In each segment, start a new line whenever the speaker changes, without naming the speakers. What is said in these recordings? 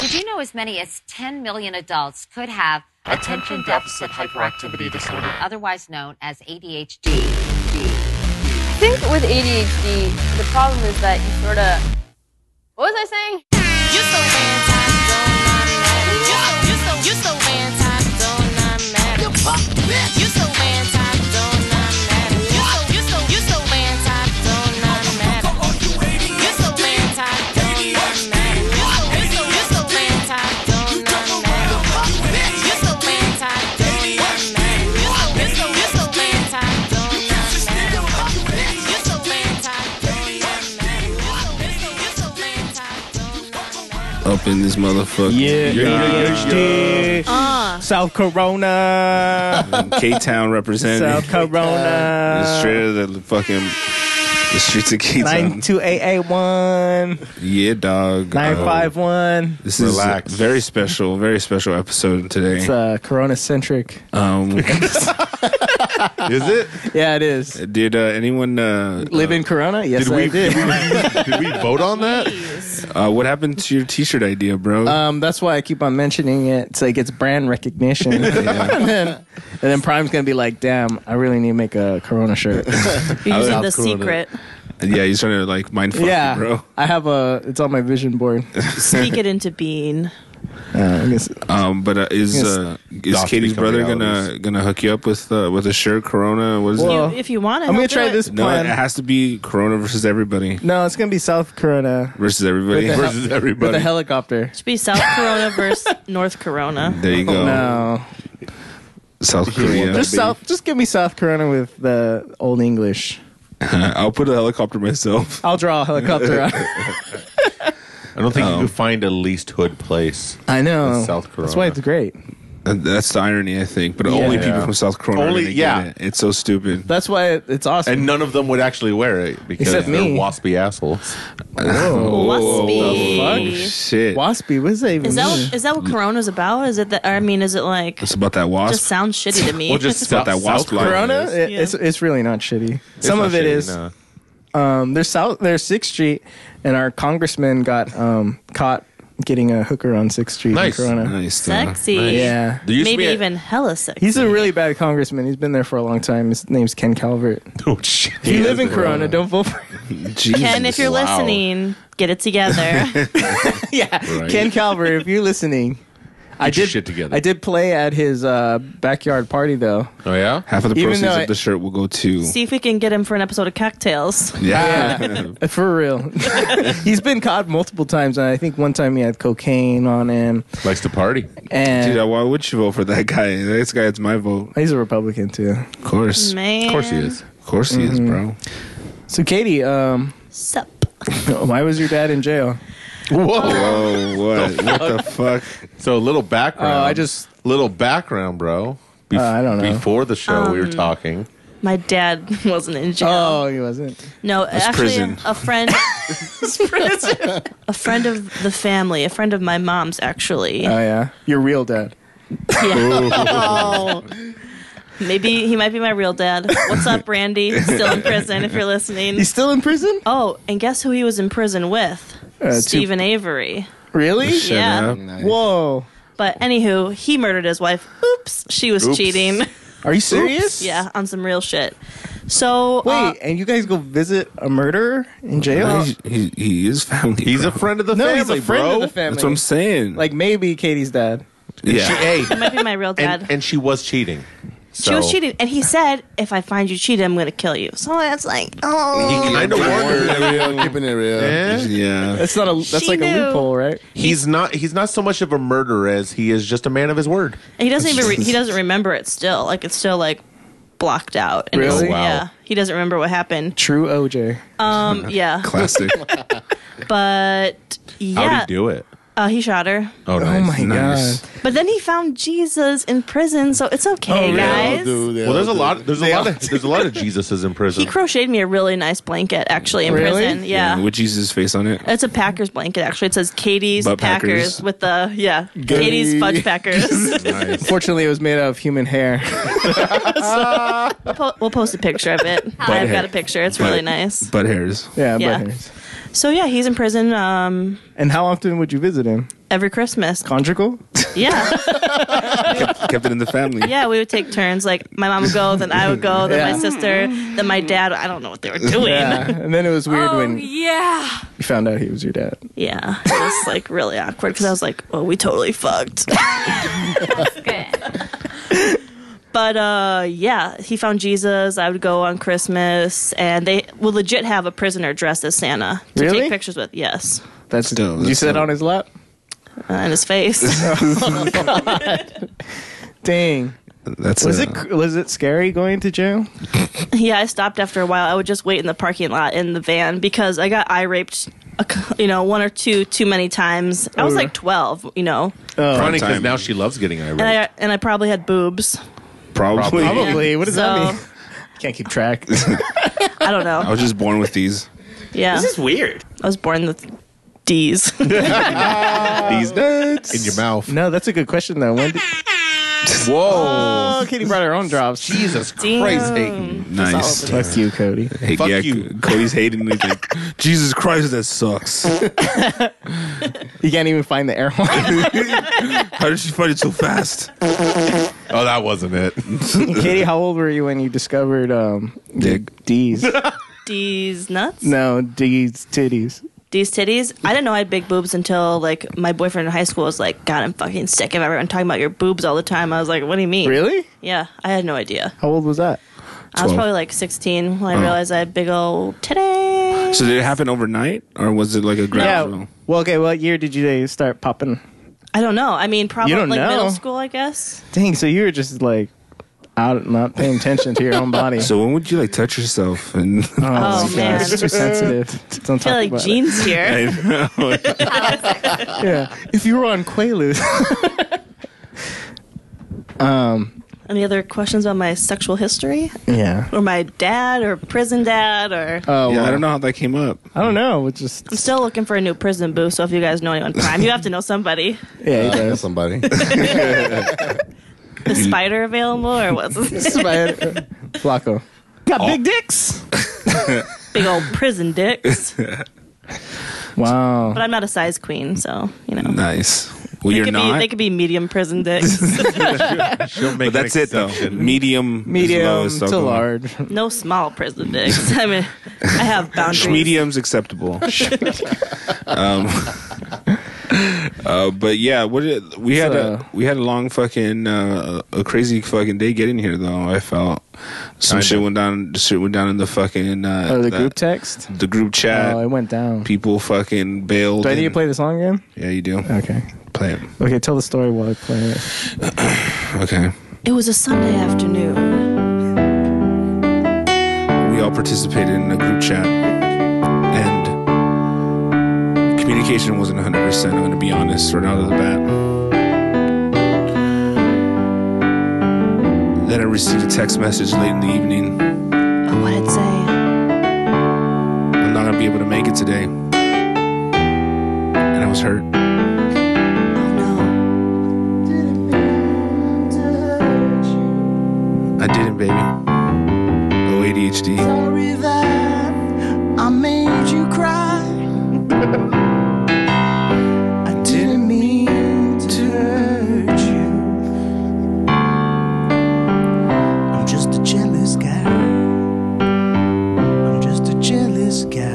Did you know as many as 10 million adults could have
Attention deficit hyperactivity disorder.
otherwise known as ADHD?
I think with ADHD, the problem is that you sort of. What was I saying?
You so anti, you so anti, don't not matter. You so anti, don't not matter. You so you so you so anti, don't not matter. You so anti, don't not matter. You so you so you so anti, don't not matter. You so anti, don't not matter. You so you so you so anti, don't not matter. You so anti, don't not matter. You so you so you so anti, don't not matter.
Up in this motherfucker.
Yeah, ADHD. South Corona.
K Town representing.
South Corona.
It's straight out of the fucking the streets of K Town.
92881.
Yeah, dog. Um,
951.
This is
Relax.
a very special, very special episode today.
It's uh, Corona centric.
Um, is it?
Yeah, it is.
Did uh, anyone uh,
Live in Corona? Yes,
Did
I
we,
did.
did we did we vote on that?
Uh, what happened to your T-shirt idea, bro?
Um, that's why I keep on mentioning it. It's like it's brand recognition. and, then, and then Prime's going to be like, damn, I really need to make a Corona shirt.
You're using
South
the
Korea.
secret.
yeah, he's trying to like mind fuck
yeah.
you, bro.
I have a, it's on my vision board.
Speak it into being.
Uh, I guess-
Um, but uh, is
Yes.
uh, is
Docs
Katie's
become
brother gonna
realities.
gonna hook you up with uh, with a shirt? Corona? What is
Well,
it?
Uh,
if you want to,
I'm going to try this
No, it
plan.
has to be Corona versus everybody
no, it's going to be South Corona
versus everybody
With the hel-
versus
with
everybody.
a helicopter.
Should be South Corona versus North Corona.
there you go.
No.
South Korea.
Just South, just give me South Corona with the old English.
Uh, I'll put a helicopter myself.
I'll draw a helicopter. on-
I don't think
Oh.
you could find a least hood place.
I know.
That's South
That's why
Corona.
it's great.
And That's the irony, I think. But only
Yeah.
people from South Corona. are
Only-
gonna get
yeah.
it. It's so stupid.
That's why it- it's awesome.
And none of them would actually wear it because
Except
they're
me.
waspy assholes.
Whoa,
Waspy.
whoa, Oh, Shit.
Waspy, what does that even
Is
mean?
that is that what
Mm.
Corona's about? Is it that? I mean, is it like
It's about that wasp.
just sounds shitty to me?
Well, just
it's about that wasp
South
line.
Corona?
It's
It-
Yeah.
It's it's really not shitty. Some
not
of it
shitty,
is.
no.
Um, there's South. There's Sixth Street, and our congressman got um, caught getting a hooker on Sixth Street
Nice.
in Corona.
Nice. uh, though.
sexy.
Yeah.
There used to
Maybe
be a-
even hella sexy.
He's a really bad congressman. He's been there for a long time. His name's Ken Calvert.
Oh, shit.
If you live in Corona, don't vote for him.
Jesus.
Ken, if you're
Wow.
listening, get it together.
yeah,
Right.
Ken Calvert, if you're listening, I
Get your
did
shit together.
I did play at his uh, backyard party though.
Oh yeah.
Half of the
Even
proceeds
though
of
I-
the shirt will go to.
See if we can get him for an episode of Cocktails.
yeah.
Uh, For real, he's been caught multiple times, and I think one time he had cocaine on him,
Likes to party.
and
Dude, why would you vote for that guy? This guy, it's my vote.
he's a Republican too.
Of course.
Man.
Of course he is.
Of course he
Mm-hmm.
is, bro.
So, Katie, um,
Sup.
why was your dad in jail?
Whoa.
Whoa, what? what the fuck?
So a little background.
Oh, I just-
little background, bro. Bef-
Uh, I don't know.
Before the show, we were
Um,
talking.
My dad wasn't in jail.
Oh, he wasn't.
No, actually, um,
prison.
A, a friend. a friend of the family, a friend of my mom's, actually.
Oh yeah, your real dad.
Yeah. Maybe he might be my real dad. What's up, Randy? Still in prison if you're listening.
He's still in prison.
Oh, and guess who he was in prison with?
Uh, two-
Stephen Avery.
Really?
Shut
Yeah.
up.
Whoa.
But anywho, he murdered his wife. Oops, she was
Oops.
cheating.
Are you serious?
yeah, on some real shit. So
Wait,
uh,
and you guys go visit a murderer in jail?
He's- he, he is family.
He's
bro.
a friend of the
no,
family,
he's a friend
bro.
of the family.
That's what I'm saying.
Like maybe Katie's dad.
yeah.
She, hey,
might be my real dad.
and, and she was cheating.
she was
So-
cheating, and he said, "If I find you cheating, I'm gonna kill you." So I was like, "Oh,
He kind of warned her.
keeping it real.
Eh?
yeah.
That's not a. That's
She
like a
knew.
loophole, right?
He's not. He's not so much of a murderer as he is just a man of his word.
And he doesn't even re- he doesn't remember it still. Like it's still like blocked out. And it's-
Really?
Oh, wow.
Yeah. He doesn't remember what happened.
True OJ.
Um yeah.
Classic.
But yeah.
How'd he do it?
Uh, he shot her.
Oh,
oh
nice.
my
Nice.
god.
But then he found Jesus in prison, so it's okay,
Oh,
guys.
Well, there's a lot. There's a lot. Of, there's a lot of Jesuses in prison.
He crocheted me a really nice blanket actually in
Really?
prison. Yeah.
With Jesus' face on it.
It's a Packers blanket actually. It says Katie's
Butt
Packers.
Packers.
with the yeah. Katie's fudge Packers.
Fortunately, it was made out of human hair.
we'll, po- we'll post a picture of it. I've got a picture. It's really nice.
Butt hairs.
Yeah,
Yeah.
but hairs.
So yeah, he's in prison. Um
And how often would you visit him?
every Christmas.
Conjugal?
Yeah.
kept, kept it in the family.
Yeah, we would take turns. Like my mom would go, then I would go, then
Yeah.
my sister, then my dad. I don't know what they were doing.
Yeah. And then it was weird when you
yeah.
found out he was your dad.
Yeah, it was like really awkward because I was like, "Oh, we totally fucked." but uh, yeah, he found Jesus. I would go on Christmas, and they will legit have a prisoner dressed as Santa to
Really?
take pictures with. Yes,
That's
dope.
You
That's
sit
dope.
on his lap?
uh, in his face.
Dang.
That's
Was
uh,
it cr- was it scary going to jail?
yeah, I stopped after a while. I would just wait in the parking lot in the van because I got eye raped. a c- You know, one or two too many times. I was
Oh.
like twelve, you know,
Funny because
time.
now she loves getting irate.
and I and I probably had boobs.
probably.
Probably. What does that
So-
mean? Can't keep track.
I don't know.
I was just born with these.
Yeah,
weird.
I was born with D's.
These nuts
Um,
in your mouth.
No, that's a good question though. When did-
Whoa!
oh, Katie brought her own drops.
Jesus Christ, Hayden.
Nice.
Fuck you, Cody.
Hey,
Fuck
yeah,
you.
Cody's hating me. Like, Jesus Christ, that sucks.
You can't even find the air horn.
How did she find it so fast?
Oh, that wasn't it.
Katie, how old were you when you discovered um,
Dick.
D's?
D's nuts?
no, D's titties.
D's titties? I didn't know I had big boobs until like my boyfriend in high school was like, God, I'm fucking sick of everyone talking about your boobs all the time. I was like, What do you mean?
Really?
Yeah, I had no idea.
How old was that?
I was
12.
probably like 16 when
Oh.
I realized I had big old titties.
So did it happen overnight, or was it like a gradual?
Well, okay. What year did you start popping?
I don't know. I mean, probably
You don't
like
know.
middle school, I guess.
Dang. So you were just like out, not paying attention to your own body.
So when would you like touch yourself? And
Oh,
my
man.
God, it's too sensitive. Don't
I feel
talk
like
about
jeans here.
it. Yeah. If you were on Quaaludes,
Any other questions about my sexual history?
yeah.
Or my dad or prison dad or.
Oh,
yeah,
well,
I don't know how that came up.
I don't know. It's just
I'm still looking for a new prison boo, so if you guys know anyone prime, you have to know somebody.
yeah. it does.
somebody.
Is Spider available or what's
Spider- Flacco. Got big dicks.
big old prison dicks.
Wow.
But I'm not a size queen, so you know.
Nice. Well,
They
you're
could, be,
not.
they could be medium prison dicks.
She'll make
but that's
an
it though.
exception.
Medium, is low
Medium
as
to
alcohol.
large.
no small prison dicks. I mean, I have boundaries.
Medium's acceptable. um, uh, but yeah, what did, we had
So-
a we had a long fucking uh, a crazy fucking day getting here though. I felt some
Kinda.
shit went down. Shit went down in the fucking uh,
Oh, the
that-
group text.
the group chat.
Oh, it went down.
People fucking bailed.
Do I need to
and-
play the song again?
Yeah, you do.
Okay.
Play it.
Okay, tell the story while I play it.
Okay.
It was a Sunday afternoon.
we all participated in a group chat and communication wasn't 100% i'm going to be honest right out of the bat then i received a text message late in the evening
Oh, what it say?
i'm not going to be able to make it today and i was hurt
Oh no.
i didn't baby oh adhd
I made you cry. I didn't mean to hurt you. I'm just a jealous guy. I'm just a jealous guy.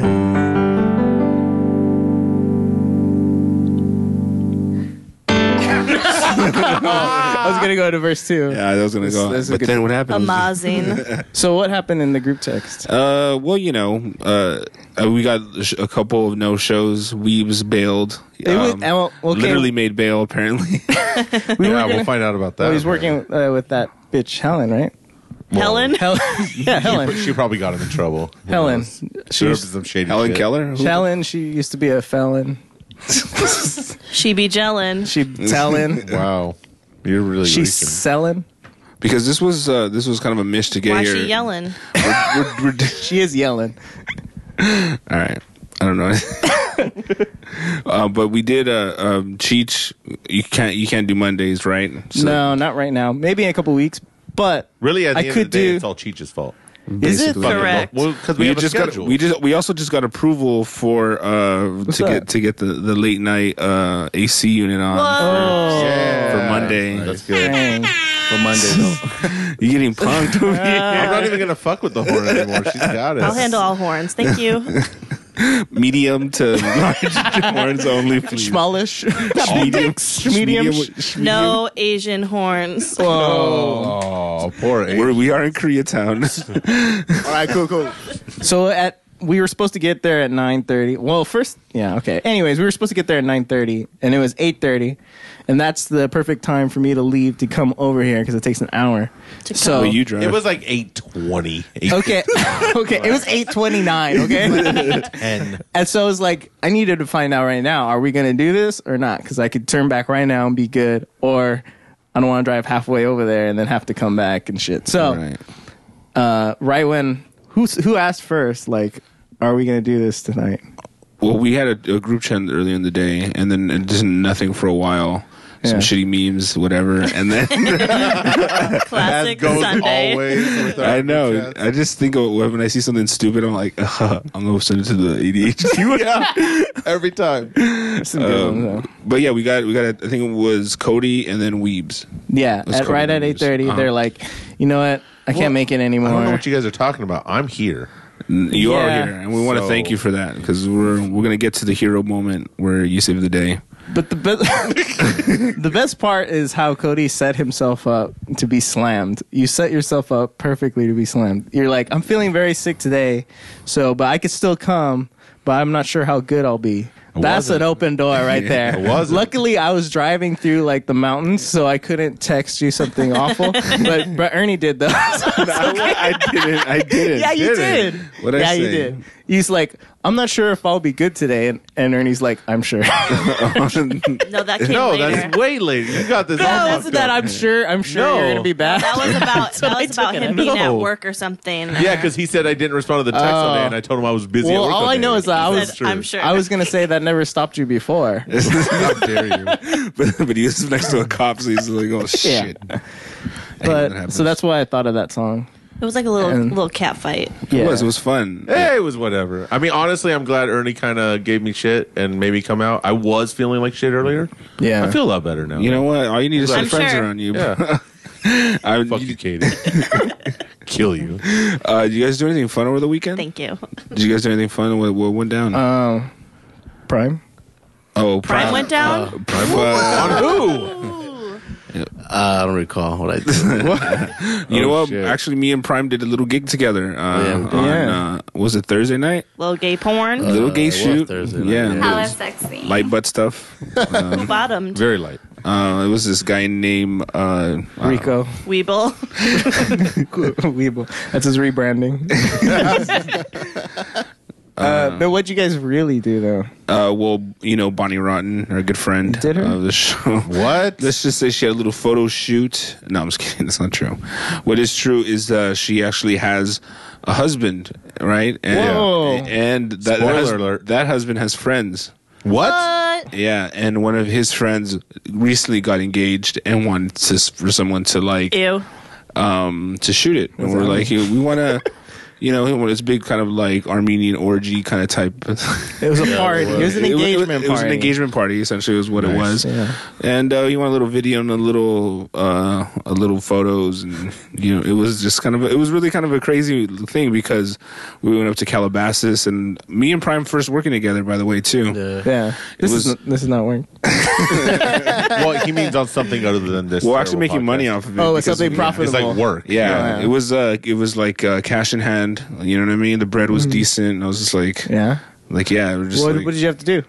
I was gonna go to verse two.
yeah that was going to go
that's a
but
good-
then what happened was-
Amazing.
So what happened in the group text?
Uh, well, you know, uh, uh, we got sh- a couple of no shows. Weebs bailed. Um,
They would- oh, okay.
Literally made bail. Apparently,
We were
Yeah,
gonna-
we'll find out about that.
Oh, he's working uh, with that bitch Helen, right?
Helen.
Helen. yeah, Helen.
She probably got him in trouble.
Helen.
She
She
was
used,
some shady
Helen
shit.
Keller. Who-
Helen. She used to be a felon.
She be gelling.
She telling.
Wow, you're really
She's
reaching.
selling.
Because this was uh, this was kind of a mish to get
Why
here.
she yelling?
We're- we're- we're-
She is yelling.
All right. I don't know. uh, but we did uh, um, Cheech. You can't you can't do Mondays, right? So-
No, not right now. Maybe in a couple weeks. But
Really, at the
I
end
could
of the day,
do-
it's all Cheech's fault.
Basically.
Correct.
Because we,
We
have
just
a
got
schedule.
we just we also just got approval for uh to
that?
get to get the the late night uh AC unit on.
Whoa.
Yeah.
for Monday.
That's good.
Dang.
For Monday, though.
You're getting punked over here.
I'm not even going to fuck with the horn anymore. She's got it.
I'll handle all horns. Thank you.
Medium to large horns only, please.
Smallish.
Medium,
medium.
No Asian horns.
Oh, poor Abe.
We're, we are in Koreatown.
All right, cool, cool.
So at we were supposed to get there at 9:30. Well, first, yeah, okay. Anyways, we were supposed to get there at 9:30 and it was 8:30. And that's the perfect time for me to leave to come over here cuz it takes an hour. so
But you drive.
It was like 820.
Okay. okay, it was 8:29, okay?
810.
and so I was like, I needed to find out right now, are we going to do this or not? Cuz I could turn back right now and be good or I don't want to drive halfway over there and then have to come back and shit. So uh,
Right.
right when who who asked first like are we gonna do this tonight
Well, we had a, a group chat earlier in the day, and then it just nothing for a while. Some
Yeah.
shitty memes, whatever, and then
Classic Sunday.
always with our
I know.
group chats.
I just think of when I see something stupid, I'm like, uh, I'm gonna send it to the ADHD.
Every time.
Some good
Um,
ones, though.
but yeah, we got we got. I think it was Cody and then Weebs.
yeah
let's
at,
go
right
to
at
the
eight they're
movies. Uh-huh.
like you know what i can't make it
I don't know
anymore
what you guys are talking about. I'm here.
You
Yeah.
are here, and we want to
So-
thank you for that because we're we're gonna get to the hero moment where you save the day.
but the best the best part is how cody set himself up to be slammed you set yourself up perfectly to be slammed you're like i'm feeling very sick today so but i could still come but i'm not sure how good i'll be that's an open door right there.
It wasn't.
Luckily, I was driving through like the mountains, so I couldn't text you something awful. but but Ernie did though.
I, didn't. I didn't.
yeah, you did.
What
yeah,
I say?
you did. He's like, I'm not sure if I'll be good today, and, and Ernie's like, I'm sure.
No, that came
No,
later.
that's way later. You got this. all
That's
fucked
that.
up.
I'm sure. I'm sure
No.
you're gonna be bad.
that was about that
I
was
took
about
it
him
out.
being at
No.
work or something.
Yeah, because he said I didn't respond to the text all day, and I told him I was busy. at
Well,
work
all
all
I
day.
know is that I
He
was-
said, I'm sure.
I was gonna say that never stopped you before.
How dare you?
but, but he was next to a cop, so he's like, oh shit. that
But
happens.
so that's why I thought of that song.
it was like a little
And-
little cat fight.
Yeah.
It was. It was fun.
Hey, it was whatever. I mean, honestly, I'm glad Ernie kind of gave me shit and made me come out. I was feeling like shit earlier.
Yeah.
I feel a lot better now.
You know what? All you need is some
I'm
friends
sure.
around you.
Yeah.
I,
Fuck you, Katie. Kill you.
uh, did you guys do anything fun over the weekend?
Thank you.
Did you guys do anything fun? What, what went down?
Prime.
oh,
Prime went down.
Prime, uh,
On who?
Uh, I don't recall what I did.
you know
Oh,
what?
shit.
Actually, me and Prime did a little gig together. Uh,
yeah, we did.
on,
Oh, Yeah.
uh, was it Thursday night?
little gay porn.
little gay
it was
shoot.
Thursday night,
yeah.
yeah.
it
How
was
sexy.
Light butt stuff.
bottomed
Very light.
Uh, it was this guy named uh, uh,
Rico.
Weeble.
Weeble. That's his rebranding. uh, but what'd you guys really do though?
Uh, well, you know, Bonnie Rotten, our good friend
Did her?
of the show.
What?
Let's just say she had a little photo shoot. No, I'm just kidding. That's not true. What is true is uh, she actually has a husband, right? And,
Whoa.
And that, that
Spoiler
hus-
alert.
that husband has friends.
What?
What?
Yeah, and one of his friends recently got engaged and wanted to, for someone to like
Ew.
um, to shoot it. And we're like, "Hey, we want to, you know, it was big kind of like Armenian orgy kind of type.
It was a party. It was an
It was- it was-
engagement
It was an
party.
engagement party. Essentially, was what it was.
yeah.
And uh, you want a little video and a little, uh, a little photos, and you know, it was just kind of, it was really kind of a crazy thing because we went up to Calabasas, and me and Prime first working together, by the way, too.
Yeah. This
was-
is n- this is not working.
well, he means on something other than this.
We're actually
terrible
making
podcast.
money off of it.
Oh, it's
because
something
we-
profitable.
It's like work.
Yeah,
Yeah.
it was uh, it was like uh, cash in hand. You know what I mean? The bread was decent. And I was just like,
Mm-hmm. Yeah.
like yeah, we're just
What,
like,
what did you have to do?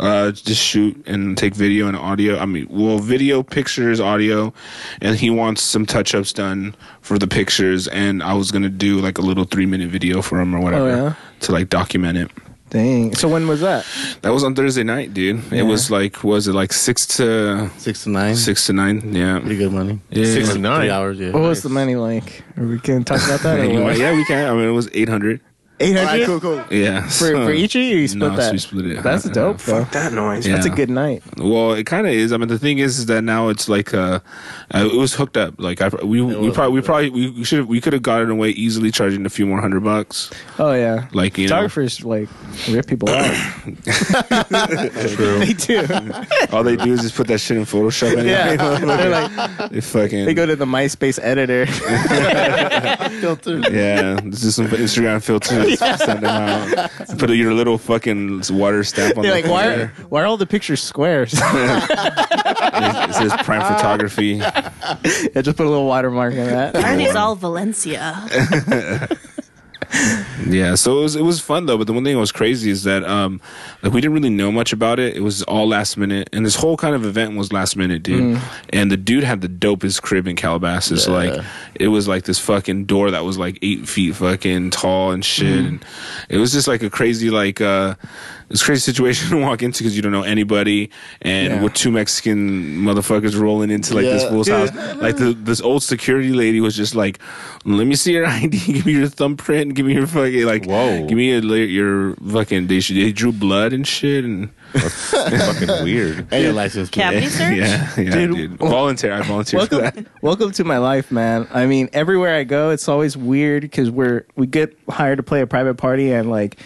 uh, just shoot and take video and audio. I mean, well, video, pictures, audio, and he wants some touch ups done for the pictures. And I was gonna do like a little three minute video for him or whatever
Oh, yeah?
to like document it.
Dang. So when was that?
That was on Thursday night, dude. It was like was it like six to
Six to nine.
six to nine? Yeah.
Pretty good money.
Six to
Three
nine.
hours, yeah.
What was the money like? Are we gonna talk about that? or
Anyway,
what?
yeah, we can. I mean, it was eight hundred.
Eight
All right, cool,
hundred
cool.
Yeah.
for for each of you. You split
no,
that.
so we split it.
That's dope, bro.
That noise.
Yeah.
That's a good night.
Well, it kind of is. I mean, the thing is, is that now it's like uh, uh it was hooked up. Like I, we we probably we probably we should have we could have gotten away easily charging a few more hundred bucks.
Oh yeah.
Like you know,
Photographers like rip people out.
True.
they do.
all they do is just put that shit in Photoshop. And
Yeah.
yeah,
They're like
they fucking
they go to the MySpace editor.
Filter.
Yeah, it's just some Instagram filters. Send them out. Put your little fucking water stamp on.
They're
the
like, why are,
corner.
why are all the pictures squares?
It says prime
Uh,
photography.
yeah, just put a little watermark on that.
Aren't these all Valencia?
Yeah, so it was it was fun though. But the one thing that was crazy is that um, like we didn't really know much about it. It was all last minute, and this whole kind of event was last minute, dude. And the dude had the dopest crib in Calabasas. Like it was like this fucking door that was like eight feet fucking tall and shit. And it was just like a crazy like uh, it's a crazy situation to walk into because you don't know anybody, and
Yeah.
with two Mexican motherfuckers rolling into like this
Yeah.
fool's house. Like the, this old security lady was just like, "Let me see your ID, give me your thumbprint, give me your fucking like,
Whoa.
give me a, la- your fucking." They, sh- they drew blood and shit, and
fucking weird.
And your license plate.
Cavity search?
yeah, yeah,
Dude,
dude, volunteer. I volunteered for that.
welcome, welcome to my life, man. I mean, everywhere I go, it's always weird because we're we get hired to play a private party and like.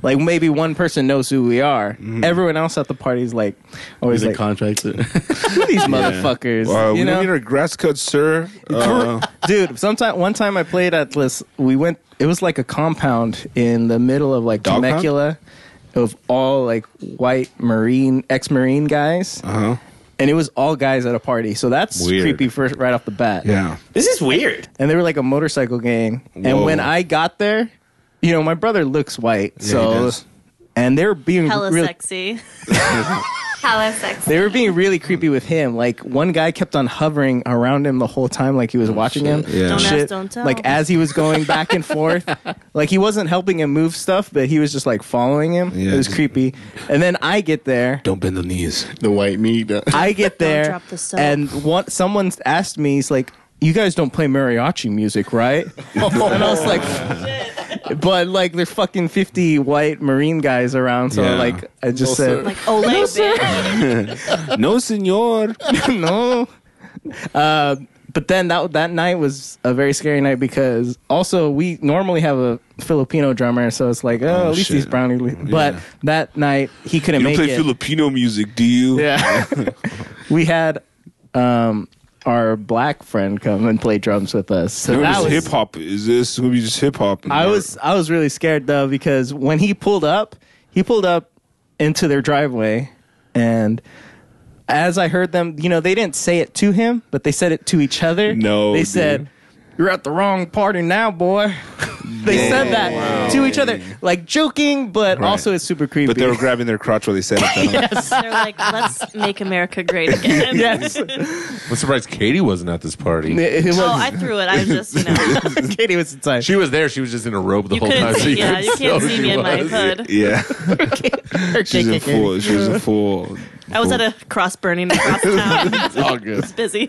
Like maybe one person knows who we are.
Mm-hmm.
Everyone else at the party is like, always
Is it
like,
contractor?
who these motherfuckers?
Uh,
you
we
know?
don't need our grass cut, sir. Uh,
dude. Sometime one time I played at this. We went. It was like a compound in the middle of like
Dog pound?
Temecula, of all like white marine ex marine guys,
uh-huh.
and it was all guys at a party. So that's
Weird.
creepy first right off the bat.
Yeah,
This is weird.
and they were like a motorcycle gang. And
Whoa.
when I got there, you know, my brother looks white, so
does.
and they were being
Hella
real-
sexy.
Hello, sexy.
They were being really creepy with him. Like one guy kept on hovering around him the whole time, like he was watching him.
Oh, Yeah. Don't
ask, don't tell.
Like as he was going back and forth, like he wasn't helping him move stuff, but he was just like following him.
Yeah,
it was
just-
creepy. And then I get there.
don't bend the knees.
the white meat. uh,
I get there,
drop the soap.
and one, someone asked me, he's like, "You guys don't play mariachi music, right?" and I was like, "But like, they're fucking fifty white Marine guys around, so
Yeah.
like, I just
No,
said,
sir.
Like, ole, bitch.
no, senor.
no." Uh, but then that that night was a very scary night because also we normally have a Filipino drummer, so it's like, oh, at least
shit.
he's brownie. But
Yeah.
that night he couldn't
You don't
make
play
it.
Filipino music, do you?
Yeah. we had um our black friend come and play drums with us. So
Maybe
that
just
was
hip hop. Is this maybe just hip hop?
I was I was really scared though because when he pulled up, he pulled up into their driveway and as I heard them, you know, they didn't say it to him, but they said it to each other.
No,
They
dude.
said, You're at the wrong party now, boy. they said that to each other. Like joking, but
Right.
also it's super creepy.
But they were grabbing their crotch while they said it. though.
They're like, let's make America great again.
Yes.
I'm surprised Katie wasn't at this party.
It- it was-
Oh, I threw it. I was just, you know.
Katie was inside.
She was there. She was just in a robe the
You
whole time.
couldn't
so
see, yeah,
couldn't
you can't
tell
see
who
me
she
in my
was.
hood.
Yeah,
Her
she's
KKK.
a fool. She was a fool.
I was at a cross burning across town. It's
All good.
busy.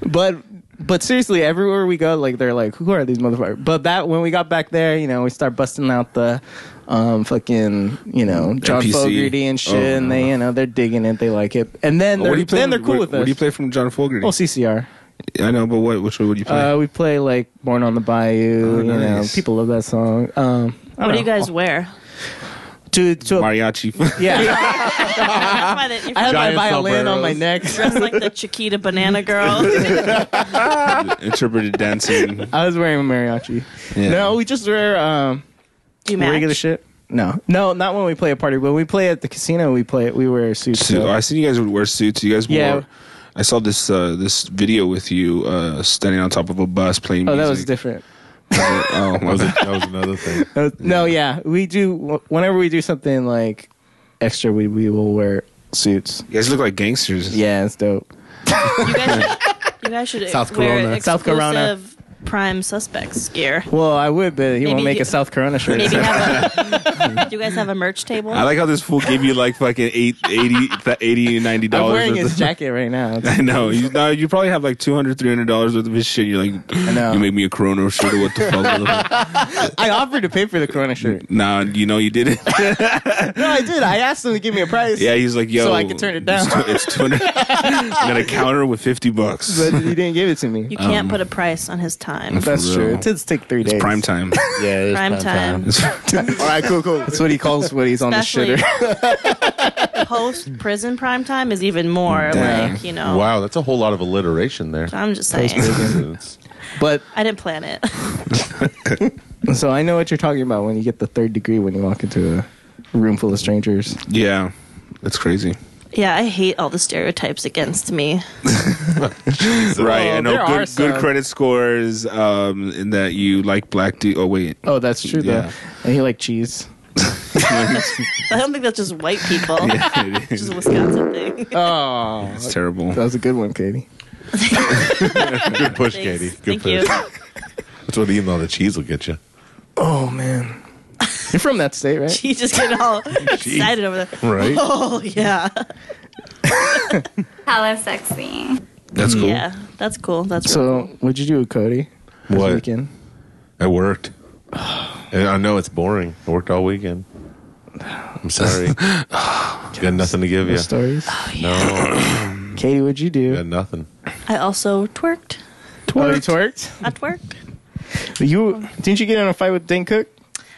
But but seriously, everywhere we go, like they're like, who are these motherfuckers? But that when we got back there, you know, we start busting out the um fucking you know John
NPC.
Fogerty and shit,
Oh,
and they you know they're digging it, they like it, and then
What do
they're
you play?
then they're cool
what,
with
what
us.
do you play from John Fogerty?
Oh, CCR.
I know, but what? Which one would you play?
Uh, we play like Born on the Bayou.
Oh,
you know,
nice.
people love that song. Um, I
What
don't
do you
know.
guys wear?
to to a-
Mariachi.
yeah?
That's why that you
I had my
Giant
violin on my
sombreros.
neck.
dress like the Chiquita banana girl.
Interpreted dancing.
I was wearing a mariachi.
Yeah.
No, we just wear um.
Do you match?
Regular shit? No. No, not when we play a party. When we play at the casino, we play we wear suits.
Suit. I seen you guys would wear suits. You guys wore.
Yeah.
I saw this uh, this video with you uh, standing on top of a bus playing
oh,
music.
that was different.
oh,
That
my
was,
bad.
that was another thing.
That was- No, yeah. We do whenever we do something like extra we we will wear suits.
you guys look like gangsters.
Yeah, it's dope.
You guys should, you guys should
South
wear
Corona.
exclusive
South Corona.
prime suspects gear.
Well, I would, but he
Maybe
won't make
you-
a South Corona shirt.
Maybe have a. do you guys have a merch table?
I like how this fool gave you like fucking eight, 80, 80 90
I'm
dollars.
wearing
worth
his
of-
jacket right now. It's-
I know. You, no, you probably have like 200 300 dollars worth of his shit. You're like,
know.
you make me a Corona shirt. What the fuck?
I offered to pay for the Corona shirt.
nah, you know you didn't.
No, I did. I asked him to give me a price.
yeah, he's like, yo,
So I can turn it down.
It's, it's 200. I'm gonna counter with 50 bucks.
but he didn't give it to me.
you can't put a price on his time.
For
That's
real.
true. It did take three days.
It's prime time.
Yeah, it's
Prime time.
All right, cool, cool. That's what he calls when he's on the shitter.
post prison prime time is even more like you know.
Wow, that's a whole lot of alliteration there.
I'm just saying.
It's-
But
I didn't plan it.
so I know what you're talking about when you get the third degree when you walk into a room full of strangers.
yeah, that's crazy.
yeah, I hate all the stereotypes against me.
right.
Well,
I
there
know
are
good,
some.
good credit scores, um, in that you like black dude. Oh wait,
Oh, that's true though.
Yeah.
And he like cheese.
I don't think that's just white people.
it
It's
is.
just a Wisconsin thing.
Oh,
it's terrible.
that was a good one, Katie.
Good
Thanks.
push, Katie.
Thank
Good push.
you.
That's what eating all the cheese will get you.
Oh man, you're from that state, right?
She's just getting all excited over there.
Right?
Oh yeah,
Hello, sexy.
That's cool.
yeah. That's cool. That's
So,
real
what'd you do with Cody this
What?
weekend?
I worked. And I know it's boring. I worked all weekend. I'm sorry. got nothing to give you.
Stories.
No,
Katie, what'd you
got
do?
nothing.
I also twerked.
Twerked. Oh, you twerked.
I twerked.
You didn't you get in a fight with Dane Cook?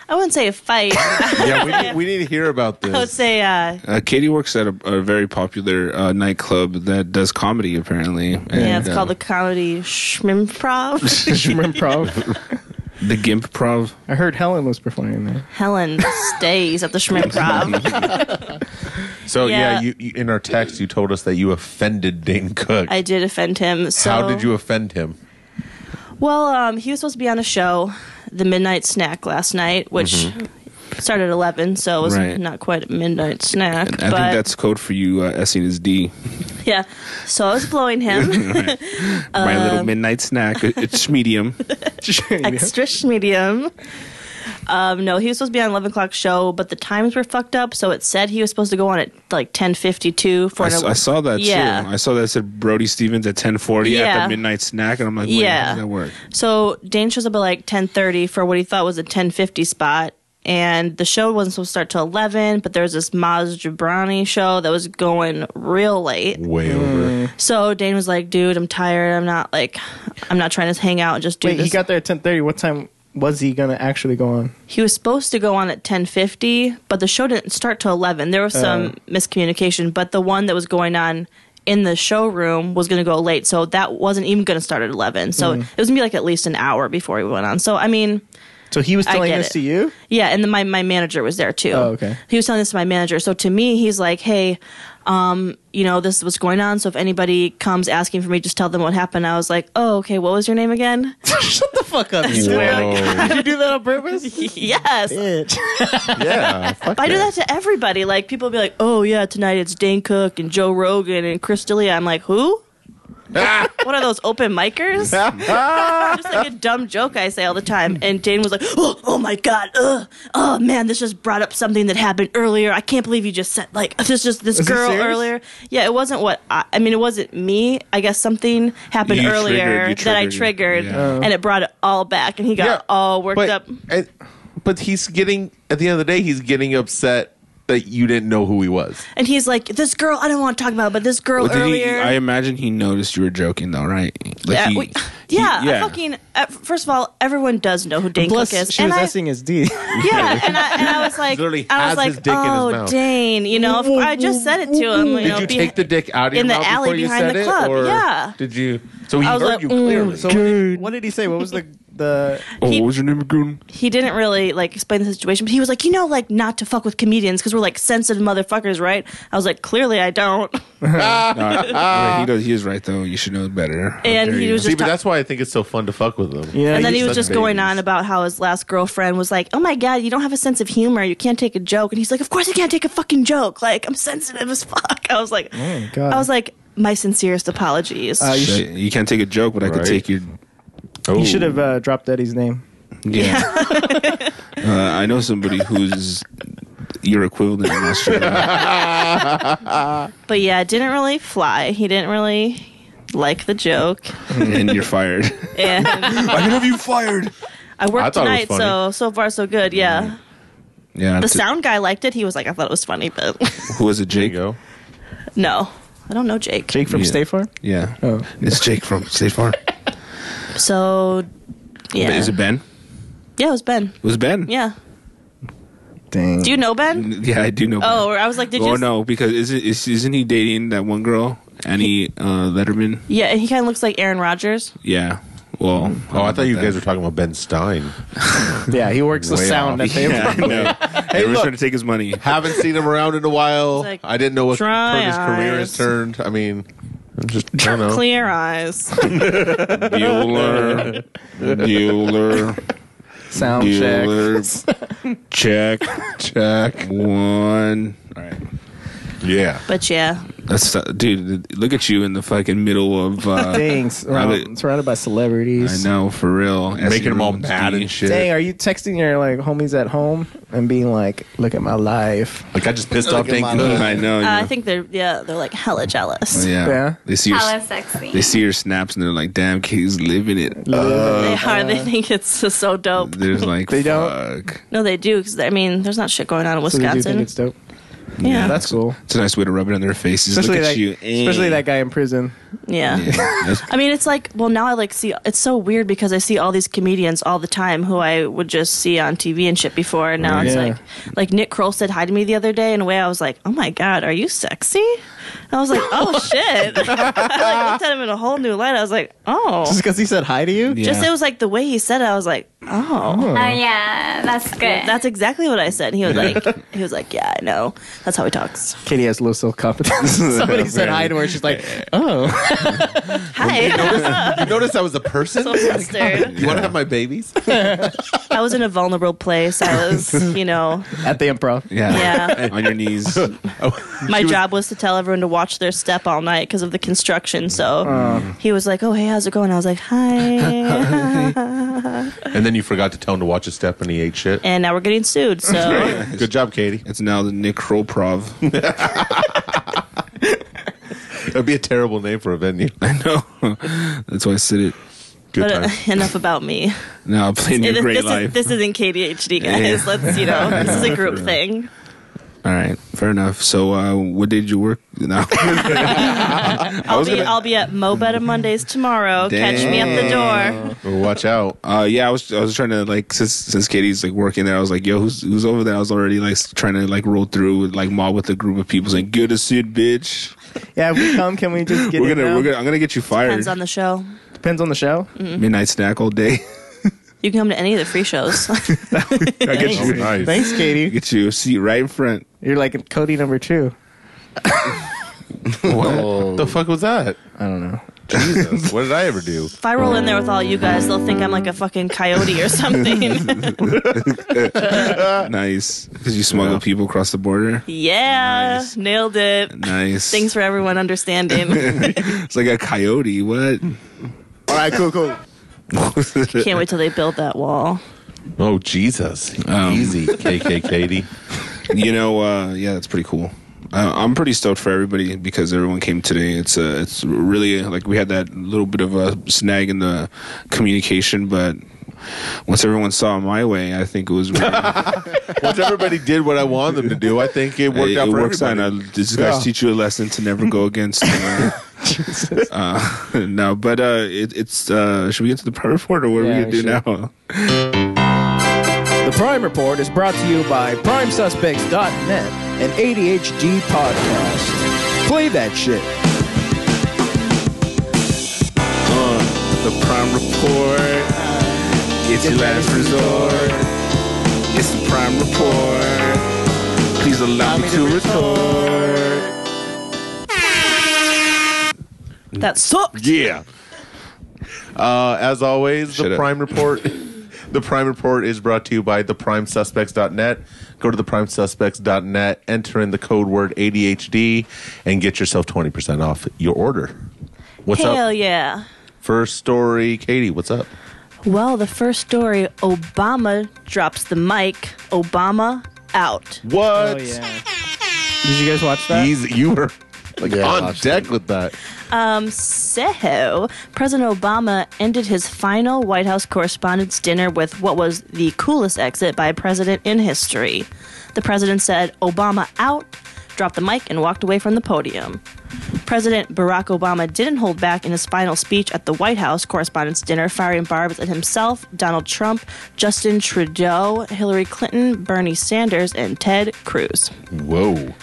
I wouldn't say a fight. I
Yeah, we need, we need to hear about
would
this.
say uh,
Uh, Katie works at a, a very popular uh, nightclub that does comedy, apparently. And,
yeah, it's
uh,
called the comedy Schmimprov.
Shrimp Improv.
the Gimp Prov.
I heard Helen was performing there.
Helen stays at the Schmimprov.
So yeah,
yeah.
you, you in our text you told us that you offended Dane Cook.
I did offend him. So
How did you offend him?
Well, um, he was supposed to be on a show, The Midnight Snack, last night, which started at 11, so it was
Right.
not quite a midnight snack.
I
but
think that's code for you. Uh, Essing is D.
yeah. So I was blowing him.
My
Um,
little midnight snack. It- It's medium.
Extra medium. Um, no, he was supposed to be on eleven o'clock show, but the times were fucked up. So it said he was supposed to go on at like ten fifty two for
I,
an
s- I saw that
Yeah.
too. I saw that it said Brody Stevens at ten forty at
Yeah.
the midnight snack, and I'm like, Wait,
Yeah.
how does that work?
So Dane shows up at like ten thirty for what he thought was a ten fifty spot, and the show wasn't supposed to start till eleven. But there was this Maz Jabrani show that was going real late.
Way over.
So Dane was like, "Dude, I'm tired. I'm not like, I'm not trying to hang out and just do
Wait,
this."
he got there at ten thirty. What time was he gonna actually go on?
He was supposed to go on at ten fifty, but the show didn't start till eleven. There was some
Oh.
miscommunication, but the one that was going on in the showroom was going to go late, so that wasn't even going to start at eleven. So
Mm-hmm.
it was going to be like at least an hour before he went on. So I mean.
So he was
I
telling
get
this
it.
to you.
Yeah, and then my, my manager was there too.
Oh, okay.
He was telling this to my manager. So to me, he's like, hey, um, you know, this is what's going on. So if anybody comes asking for me, just tell them what happened. I was like, oh, okay, what was your name again?
Shut the fuck up. You
Oh.
Whoa.
Did you do that on purpose?
yes.
Bitch.
yeah. Fuck
I do that to everybody. Like, people be like, oh, yeah, tonight it's Dane Cook and Joe Rogan and Chris D'Elia. I'm like, who? what are those open micers? just like a dumb joke I say all the time. And Dane was like, oh, oh my God. Ugh, oh man, this just brought up something that happened earlier. I can't believe you just said, like, this just this
Is this
girl
serious?
earlier. Yeah, it wasn't what I, I mean, it wasn't me. I guess something happened
You
earlier
triggered- you
that I
triggered,
triggered
yeah. Oh.
and it brought it all back. And he got all worked
but,
up.
and- but he's getting at the end of the day, he's getting upset that you didn't know who he was.
And he's like, this girl, I don't want to talk about, it, but this girl
Well, did he-
earlier.
I imagine he noticed you were joking, though, right? Like
Yeah,
he-
Uh, we-
he-
yeah, I fucking. Uh, first of all, everyone does know who Dane
Plus,
Cook is,
she
and
was
I,
S-ing his D.
yeah, and I, and I was like,
Literally
I was
has
like,
his dick in his
oh,
mouth."
Dane, you know, if I just said it to him. You know,
Did you
be-
take the dick out of your
in the
mouth
alley
before you
behind
said
the
it,
club,
or
yeah.
did you? So he
I was
heard
like,
you
mm,
clearly.
so what did, what did he say? What was the the?
Oh,
He-
what was your name again?
he didn't really like explain the situation, but he was like, you know, like not to fuck with comedians because we're like sensitive motherfuckers, right? I was like, clearly I
Oh,
don't,
Uh, yeah, he, does, he is right, though. You should know better. How
and
dare
he
you.
was
See,
just.
but
ta-
that's why I think it's so fun to fuck with them.
Yeah,
and then
you-
he was
suck
just going
babies.
on about how his last girlfriend was like, "Oh my god, you don't have a sense of humor. You can't take a joke." And he's like, "Of course I can't take a fucking joke. Like I'm sensitive as fuck." I was like,
God.
I was like, my sincerest apologies.
you
Uh, Shit, you can't take a joke, but I could
Right.
take your Oh,
You should have uh, dropped Eddie's name.
Yeah. uh, I know somebody who's your equivalent in Australia.
But yeah, it didn't really fly. He didn't really like the joke.
and you're fired.
And I
I'm gonna have you fired.
I
worked
thought
tonight,
it was
so so far so good. Yeah,
Yeah.
the
t-
sound guy liked it. He was like, I thought it was funny, but
Who was it, Jake?
go.
no, I don't know Jake.
Jake from
Yeah.
State Farm.
Yeah.
Oh.
It's Jake from State Farm.
So yeah,
Is it Ben?
yeah, it was Ben.
Was it Ben?
Yeah,
Dang.
do you know Ben?
Yeah, I do know.
Oh, or I was like, did
Ben.
you?
or Mm. no, because isn't is, isn't he dating that one girl, Annie uh, Letterman?
Yeah, and he kind of looks like Aaron Rodgers.
Yeah. Well,
Oh, I thought you guys
were.
were talking about Ben Stein.
yeah, he works the
Way
sound
off.
at the
Yeah, I know. they were
look.
trying to take his money.
Haven't seen him around in a while.
like,
I didn't know what
dry
turn his career
eyes.
has turned. I mean, I'm just I don't know.
Clear eyes.
Bueller, Bueller,
sound check.
Bueller. Check, check. One. All right.
Yeah,
but yeah, uh,
That's dude. Look at you in the fucking middle of. Uh,
Dang,
Probably-
surrounded, surrounded by
I
celebrities.
know for real.
making them all
Rooms
mad
D.
and shit.
Dang, are you texting your like homies at home and being like, "Look at my life"?
Like I just pissed off
Look at
Dan
my
Cook.
I know. you
uh, I
know.
think they're yeah they're like hella jealous.
yeah.
Yeah.
They see your
sexy.
they see your snaps and they're like, "Damn, he's living it." up."
Oh,
They are. They think it's just so dope.
There's like,
They don't-
fuck.
No, they do. Cause I mean, there's not shit going on in
So they do think
Wisconsin.
it's dope.
yeah.
That's cool.
It's a nice way to rub it on their faces.
Especially
Look at
like,
you,
especially
Eh.
that guy in prison.
yeah.
That's-
I mean, it's like, well, now I like see, it's so weird because I see all these comedians all the time who I would just see on TV and shit before. And now it's
Oh, Yeah.
like, like Nick Kroll said hi to me the other day in a way I was like, oh my God, are you sexy? I was like, oh shit. I like, looked at him in a whole new light. I was like, oh.
Just because he said hi to you?
Just
Yeah.
it was like the way he said it. I was like, oh,
Oh yeah, that's good.
that's exactly what I said. And he was like, he was like, yeah, I know. That's how he talks.
Katie has low self confidence. Somebody said hi to her. She's like, "Oh,
Hi,
You noticed I was a person.
so flustered.
You want to have my babies?
I was in a vulnerable place. I was, you know,
at the improv."
yeah,
Yeah.
on your knees.
my job was to tell everyone to watch their step all night because of the construction. So he was like, "Oh, hey, how's it going?" I was like, "Hi."
and then you forgot to tell him to watch a step, and he ate shit.
and now we're getting sued. So
Good job, Katie.
It's now the Necroprov.
That'd be a terrible name for a venue.
I know. That's why I said it.
Good
but, uh,
time.
enough about me.
Now I'm playing your
this,
great
this
life.
Is, this isn't KDHD, guys. Let's you know, this is a group thing.
All right, fair enough. So, uh, what did you work? No.
I'll be I'll be at Mo Better Mondays tomorrow. Catch me at the door.
Well, watch out.
uh, yeah, I was I was trying to like since since Katie's like working there, I was like, yo, who's who's over there? I was already like s- trying to like roll through with, like mob with a group of people saying, "Good to see it, bitch."
Yeah, if we come. Can we just get
We're
in
gonna,
now?
we're gonna I'm gonna get you fired.
Depends on the show.
Depends on the show.
Midnight snack all day.
You can come to any of the free shows.
I get you
Nice.
Thanks, Katie.
get you a seat right in front.
You're like Cody number two.
What the fuck was that?
I don't know.
Jesus, what did I ever do?
if I roll in there with all you guys, they'll think I'm like a fucking coyote or something.
Uh,
Nice, because you smuggle people across the border.
yeah,
Nice.
nailed it.
Nice.
Thanks for everyone understanding.
It's like a coyote. What?
All right, cool, cool.
Can't wait till they build that wall.
Oh Jesus, easy, KK Katie.
you know, uh, yeah, that's pretty cool. Uh, I'm pretty stoked for everybody because everyone came today. It's uh, it's really like we had that little bit of a snag in the communication, but once everyone saw my way, I think it was really,
Once everybody did what I wanted them to do, I think it worked
it,
out
it
for
works out.
everybody.
Now, These guys teach you a lesson to never go against. Uh, uh, no, but uh, it, it's uh, should we get to the power report or what
Yeah,
are we gonna
we
do now?
The Prime Report is brought to you by PrimeSuspects.net and ADHD Podcast. Play that shit.
The prime report. It's your last resort. It's the prime report. Please allow me to retort.
That sucked.
Yeah. Uh, as always,
Shut
the
up.
Prime Report. the Prime Report is brought to you by theprimesuspects.net. Go to theprimesuspects.net, enter in the code word ADHD, and get yourself 20% off your order. What's
Hell
up?
yeah.
First story, Katie, what's up?
Well, the first story Obama drops the mic, Obama out.
Oh
What?
yeah. Did you guys watch that?
He's, you were like
Yeah, I
on
watched
deck with that.
So, President Obama ended his final White House Correspondents' Dinner with what was the coolest exit by a president in history. The president said, Obama out, dropped the mic, and walked away from the podium. President Barack Obama didn't hold back in his final speech at the White House Correspondents' Dinner, firing barbs at himself, Donald Trump, Justin Trudeau, Hillary Clinton, Bernie Sanders, and Ted Cruz.
Whoa.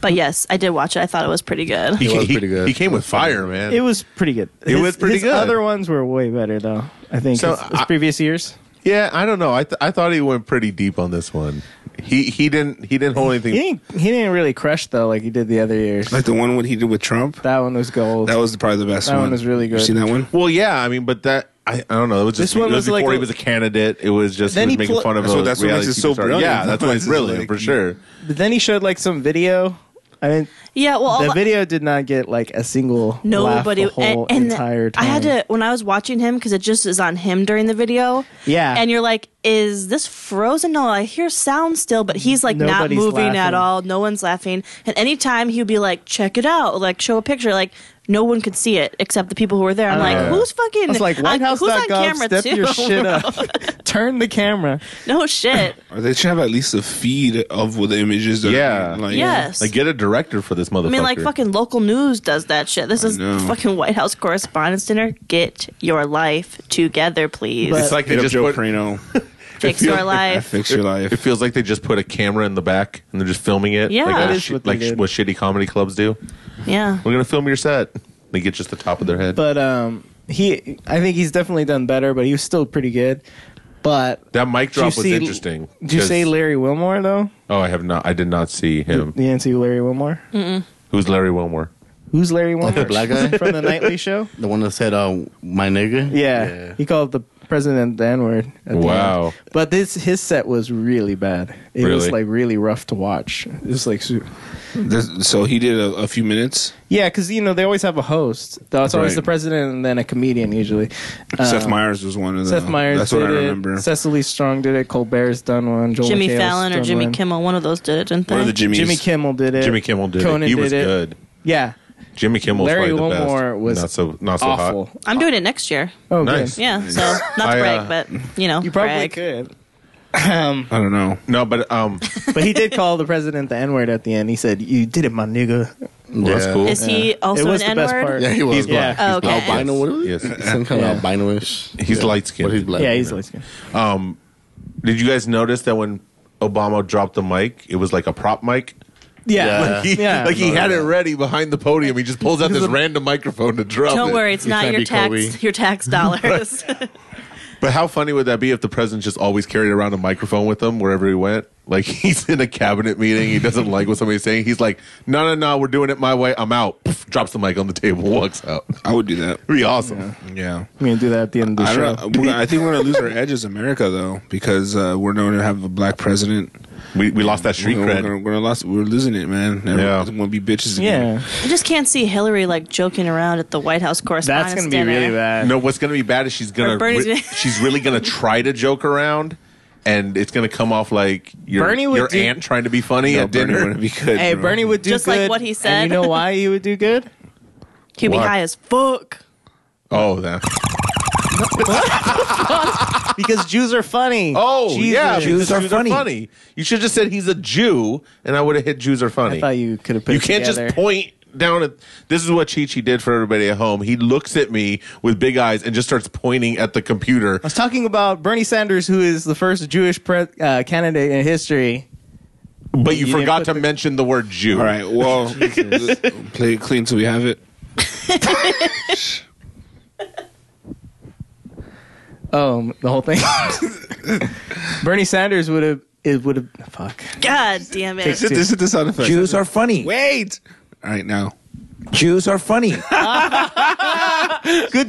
But yes, I did watch it. I thought it was pretty good.
He,
was pretty good.
He came with fire, man.
It was pretty good.
It was pretty
his
good.
Other ones were way better though. I think
So,
his, his
I-
previous years.
yeah, I don't know. I th- I thought he went pretty deep on this one. He he didn't he didn't hold
He
anything.
didn't. He didn't really crush though, like he did the other years.
Like the one when he did with Trump.
that one was gold.
That was probably the best
That
one.
one was really good.
You seen that one?
Well, yeah, I mean, but that I, I don't know. It was just
This one
it was,
was like
before
a-
he was a candidate. It was just
Then
he was
he
making
pl-
fun of
That's
a
what- that's what
reality
makes it
TV
so
star. Yeah,
brilliant.
that's why it's
It's
brilliant
like-
for sure.
but then he showed like some video. I didn't.
Yeah, well,
the
all-
video did not get like a single
Nobody
laugh the whole
and, and
entire time.
I had to when I was watching him because it just is on him during the video.
Yeah.
and you're like, is this frozen? No, I hear sound still, but he's like
Nobody's
not moving at
laughing.
all. No one's laughing. And anytime he'd be like, check it out, like show a picture, like no one could see it except the people who were there. I'm like,
Yeah.
who's fucking?
Uh, I was like,
on- who's on
WhiteHouse.gov,
camera
step
too?
your shit up. Turn the camera.
no shit.
Or they should have at least a feed of with the images. That
Yeah.
like,
yes.
Like get a director for this motherfucker.
I mean, like fucking local news does that shit. This is
know.
fucking White House Correspondents' Dinner. Get your life together, please.
But-
It's like they
Hit up
just
Joe
put,
Crano.
Fix your life.
Fix your
it
life.
feels like they just put a camera in the back and they're just filming it.
Yeah.
like,
That
what
is
shi-
what they
like sh-
did.
what shitty comedy clubs do.
Yeah.
We're gonna film your set. They get just the top of their head.
But um, he, I think he's definitely done better, but he was still pretty good. But
that mic
did you
drop was
see-
interesting.
Did you
'cause-
say Larry Wilmore though?
Oh, I have not. I did not see him.
You didn't see Larry Wilmore?
Who's Larry Wilmore?
Who's Larry Wilmore?
The black guy?
from the Nightly Show.
The one that said, uh, my nigga?
Yeah, he called the president the N word.
Wow.
But this his set was really bad. It
Really?
was like really rough to watch. It was like. su-
This- so he did a, a few minutes.
Yeah, because you know they always have a host. Though it's always
Right.
the president and then a comedian usually. Uh,
Seth Meyers was one of them.
Seth Meyers
That's
did
what I
it.
remember.
Cecily Strong did it. Colbert's done one. Joel
Jimmy
McHale's
Fallon or
done
Jimmy
one.
Kimmel, one of those did it, didn't they?
one of the Jimmys.
Jimmy Kimmel did it.
Jimmy Kimmel did
Conan
it. He was
did it.
good.
Yeah,
Jimmy Kimmel was
Larry
probably the
Wilmore
best.
was
not so not so
awful.
hot.
I'm doing it next year.
Oh,
Nice.
good.
Yeah, so not
I,
to brag,
uh,
but you know,
You probably
brag.
could.
I don't know.
No, but um,
But he did call the president the N word at the end. He said, "You did it, my nigga."
well, that's
Yeah.
cool.
Is he also
it was
an
the
N
best part.
word?
Yeah, he was
He's
black.
black.
Oh, okay.
He's black.
Albino, what is
Yes.
it? Some kind
Yeah.
of albino-ish.
He's
Yeah.
light skinned.
But he's
Oh.
black.
Yeah, he's like,
Did you guys notice that when Obama dropped the mic, it was like a prop mic?
yeah,
He,
yeah.
like he had it ready behind the podium. He just pulls out this random microphone to drop
Don't
it.
worry, it's
You
not
can't
your
be Kobe.
tax your tax dollars.
But how funny would that be if the president just always carried around a microphone with him wherever he went? Like he's in a cabinet meeting, he doesn't like what somebody's saying. He's like, "No, no, no, we're doing it my way. I'm out." Poof, drops the mic on the table, walks out.
I would do that.
It'd be awesome.
Yeah.
I'm gonna do that at the end of the
I,
show.
don't know. We're gonna- I think we're going to lose our edge as America, though, because uh, we're known to have a black president.
We we lost that street
we're,
cred.
We're, we're, lost, we're losing it, man.
Yeah.
Everyone's going to be bitches again.
Yeah,
I just can't see Hillary like joking around at the White House
that's
Correspondents'
gonna be
Dinner.
really bad.
No, what's going to be bad is she's going
Or Bernie's
to
gonna-
she's really going to try to joke around, and it's going to come off like your
Bernie would
your
do-
aunt trying to be funny
No,
at
Bernie
dinner.
wouldn't be good,
Hey,
bro.
Bernie would do
Just like
good.
what he
and
said.
you know why he would do good?
He'd be
What?
high as fuck.
oh, that.
Because Jews are funny.
Oh, yeah,
Jesus.
because Jews, are, funny. You should have just said he's a Jew, and I would have hit Jews are funny.
I thought you could have put.
You
it
can't
together.
just point down at. This is what Chi Chi did for everybody at home. He looks at me with big eyes and just starts pointing at the computer.
I was talking about Bernie Sanders, who is the first Jewish pre- uh, candidate in history.
But you,
You didn't
forgot
put
to mention the word Jew.
All right. Well, play it clean so we have it.
Um, the whole thing. Bernie Sanders would have. It would have. Fuck.
God damn it!
This is the sound effect.
Jews are funny.
Wait. All right, now.
Jews are funny.
Good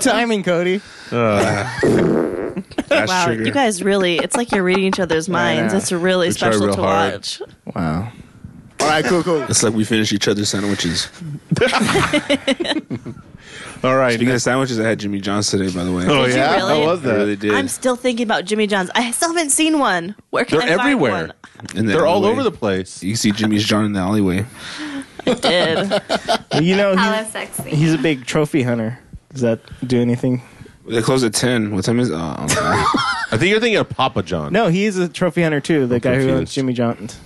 timing, Cody.
That's
wow,
trigger.
you guys really—it's like you're reading each other's minds.
know.
It's really
try
special
real
to
hard.
watch.
Wow. All right, cool, cool.
It's like we finish each other's sandwiches.
All right.
Speaking of sandwiches, I had Jimmy John's today, by the way.
oh
you
yeah,
really?
how was
I
that?
really did.
I'm still thinking about Jimmy John's. I still haven't seen one. Where can
They're
I find
everywhere.
one?
In the
They're all
alleyway.
over the place.
You can see Jimmy's John in the alleyway.
Did.
You know,
Hello,
he's,
sexy.
he's a big trophy hunter. Does that do anything?
They close at ten. What time is? Oh, I don't know.
I think you're thinking of Papa John.
No, he is a trophy hunter too. The guy who owns
confused.
Jimmy John's.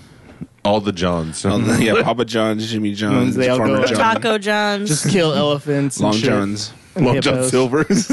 All the Johns.
Oh, the- yeah, Papa John's, Jimmy John's,
They all
Farmer
go-
John,
Taco John's.
Just kill elephants. and
Long
shit.
John's.
And
Long John
hippos.
Silver's.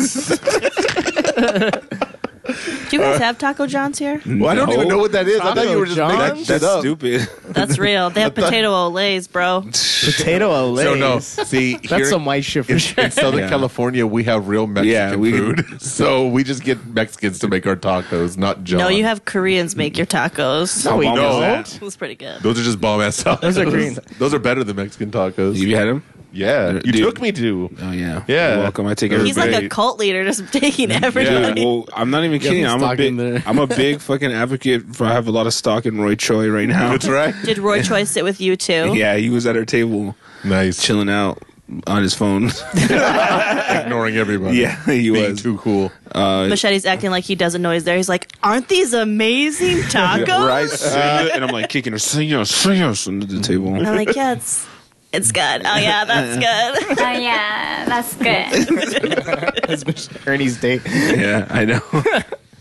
Do you
Uh,
guys have Taco John's here?
well, I don't even know what that is. I thought you were just
Taco
making
John?
that
That,
shit
that's
up.
stupid.
That's real. They have potato olays, bro.
Potato olays.
So no, see,
That's
here
some white shit for
in,
sure.
in Southern
Yeah.
California, we have real Mexican
Yeah, we-
food, so we just get Mexicans to make our tacos, not John.
No, you have Koreans make your tacos.
No, we
Obama's
don't.
don't.
It was pretty good.
Those are just bomb ass tacos.
Those are green.
Those are better than Mexican tacos.
You had him?
yeah, you
Dude.
took me to.
Oh yeah.
Yeah.
You're welcome. I take everybody.
He's like a cult leader, just taking
Yeah,
everybody.
well, I'm not even kidding.
some
I'm a
stock in
big,
there.
I'm a big fucking advocate for. I have a lot of stock in Roy Choi right now.
That's right.
Did Roy Choi sit with you too?
Yeah, he was at our table
Nice,
chilling out on his phone.
ignoring everybody.
yeah, he
being
was.
too cool.
Machete's acting like he doesn't know he's there. He's like, "Aren't these amazing tacos?"
Right, sing it. and I'm like kicking her, sing us, sing us under the table.
I'm like, "Yeah, it's it's good. Oh yeah, that's good."
Oh, yeah, that's good.
Ernie's date.
Yeah, I know.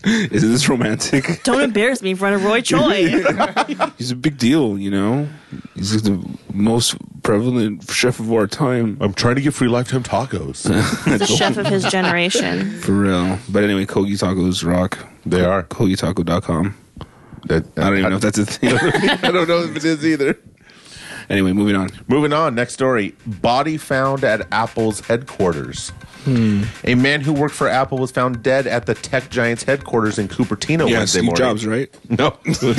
Is this romantic?
Don't embarrass me in front of Roy Choi.
He's a big deal, you know. He's like the most prevalent chef of our time,
I'm trying to get free lifetime tacos.
He's the chef of his generation.
for real. But anyway, Kogi Tacos rock.
They are.
KogiTaco.com. I don't even know if that's a thing.
I don't know if it is either.
anyway, moving on.
Moving on, next story. Body found at Apple's headquarters.
Hmm.
A man who worked for Apple was found dead at the tech giant's headquarters in Cupertino
Yeah,
Wednesday
Steve
morning.
Jobs, right?
No.
Two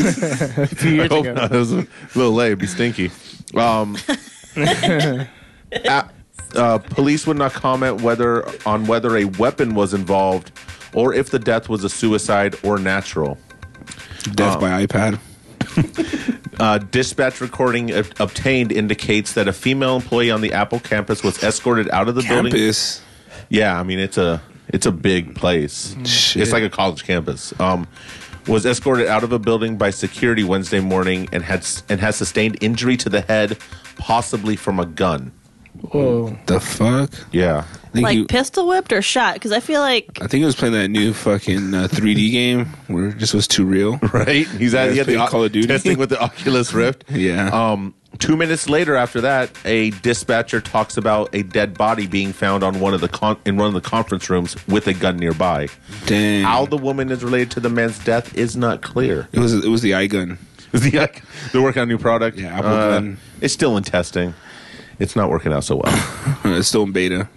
years
I hope
ago.
not. That was a little late. It'd be stinky. Um, a- uh, police would not comment whether on whether a weapon was involved or if the death was a suicide or natural.
Death
Uh,
by iPad.
A uh, dispatch recording ob- obtained indicates that a female employee on the Apple campus was escorted out of the building.
Campus.
Yeah, I mean it's a it's a big place.
Mm. Shit.
It's like a college campus. Um, was escorted out of a building by security Wednesday morning and had s- and has sustained injury to the head, possibly from a gun.
Whoa.
The fuck?
Yeah,
I think,
Like
you,
pistol whipped or shot? Because I feel like
I think he was playing that new fucking uh, 3D game where it just was too real.
right. He's at
Yeah,
he had the
playing Call of Duty.
testing with the Oculus Rift.
Yeah.
Um, two minutes later, after that, a dispatcher talks about a dead body being found on one of the con- in one of the conference rooms with a gun nearby.
Dang.
How the woman is related to the man's death is not clear.
it was it was the eye gun.
They're working on a new product. Uh,
Yeah, Apple gun.
It's still in testing. It's not working out so well.
Uh, it's still in beta.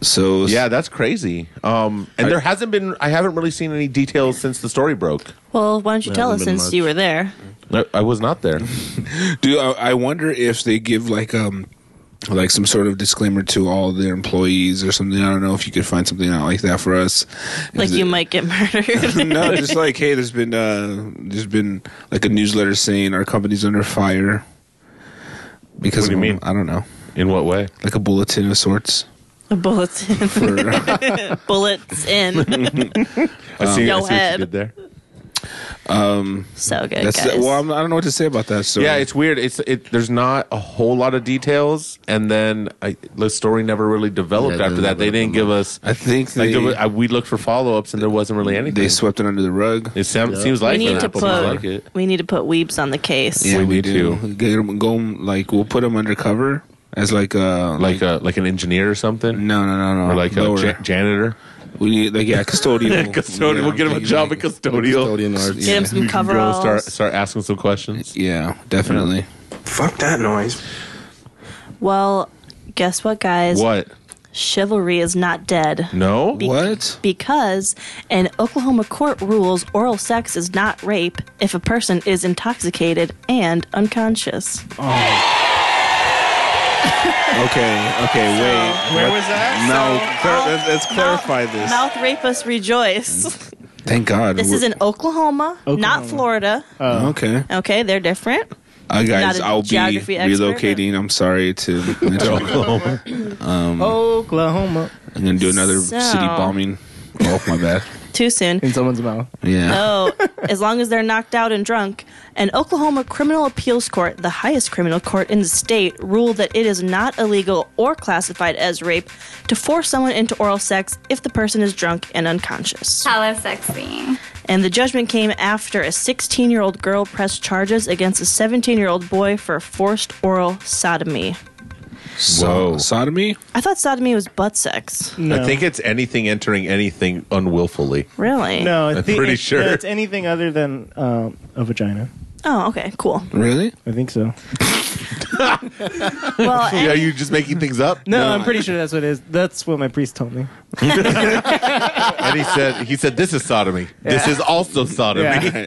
So
yeah, that's crazy. Um, and there hasn't been. I haven't really seen any details since the story broke.
Well, why don't you tell us since you were there?
I, I was not there.
Do I, I wonder if they give like um like some sort of disclaimer to all their employees or something? I don't know if you could find something out like that for us.
Like
Is
you
it-
might get murdered.
no, just like hey, there's been uh there's been like a newsletter saying our company's under fire because
What do you
of-
mean?
I don't know,
In what way?
like a bulletin of sorts.
bullets in,
For,
bullets in.
I see,
Yo
I see what you
head.
did there.
So good,
that's
guys.
well, I'm, I don't know what to say about that. So
Yeah, it's weird. It's it. There's not a whole lot of details, and then I, the story never really developed
Yeah,
after that. They didn't give us.
I think
Like
they-
there was, I, we looked for follow ups, and there wasn't really anything.
they swept it under the rug.
it sound, seems like
we need
it.
to
Apple
put
seems like it.
we need to put weebs on the case.
Yeah, we,
need
do.
to.
Get 'em- go 'em, like we'll put them undercover as like uh
like a like an engineer or something,
no no no no
or like uh,
lower.
a ja- janitor.
we need like yeah custodial
Custodial.
Yeah,
we'll get him a
like-
job at custodial.
Custodian art.
Get him
Yeah.
some
We can go
coveralls.
start start asking some questions.
yeah definitely
Fuck that noise.
Well, guess what, guys?
What?
Chivalry is not dead.
No.
what
Because an Oklahoma court rules oral sex is not rape if a person is intoxicated and unconscious.
okay okay wait
Where was that?
no clar-
Mouth-
Oh, let's, let's clarify
mouth-
this Mm.
Mouth rapists rejoice.
thank God
This is
We're-
in Oklahoma,
Oklahoma.
not Florida.
Oh, okay
Okay, they're different.
Uh, guys,
a
I'll be
geography expert, but-
relocating. I'm sorry to. Oklahoma.
Oklahoma.
I'm gonna do another
So-
city bombing. Oh my bad.
Too soon.
In someone's mouth.
Yeah.
Oh, as long as they're knocked out and drunk. An Oklahoma criminal appeals court, the highest criminal court in the state, ruled that it is not illegal or classified as rape to force someone into oral sex if the person is drunk and unconscious.
Hello, sexy.
And the judgment came after a 16 year old girl pressed charges against a 17 year old boy for forced oral sodomy.
So sodomy.
I thought sodomy was butt sex.
I think it's anything entering anything unwillfully.
Really?
No, I
I'm
think
pretty
it-
sure.
no, it's anything other than um, a vagina.
Oh, okay, cool.
Really?
I think so.
Well,
Are you just making things up?
No, I'm pretty sure that's what it is. That's what my priest told me.
And he said, he said, this is sodomy. This is also sodomy.
Yeah.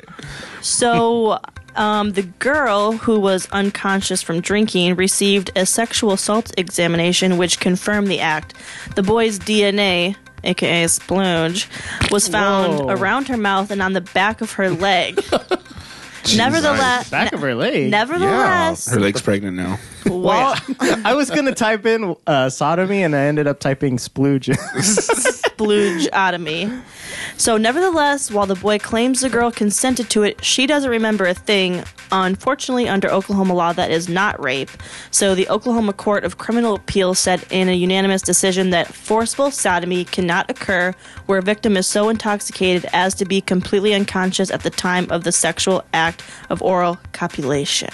So, um, the girl who was unconscious from drinking received a sexual assault examination, which confirmed the act. The boy's DNA, aka splooge, was found
Whoa.
around her mouth and on the back of her leg. nevertheless,
Back of her leg.
nevertheless,
Her leg's pregnant now.
while,
I was gonna type in uh, sodomy, and I ended up typing splooge.
sploogeotomy. So, nevertheless, while the boy claims the girl consented to it, she doesn't remember a thing. Unfortunately, under Oklahoma law, that is not rape. So, the Oklahoma Court of Criminal Appeals said in a unanimous decision that forceful sodomy cannot occur where a victim is so intoxicated as to be completely unconscious at the time of the sexual act of oral copulation.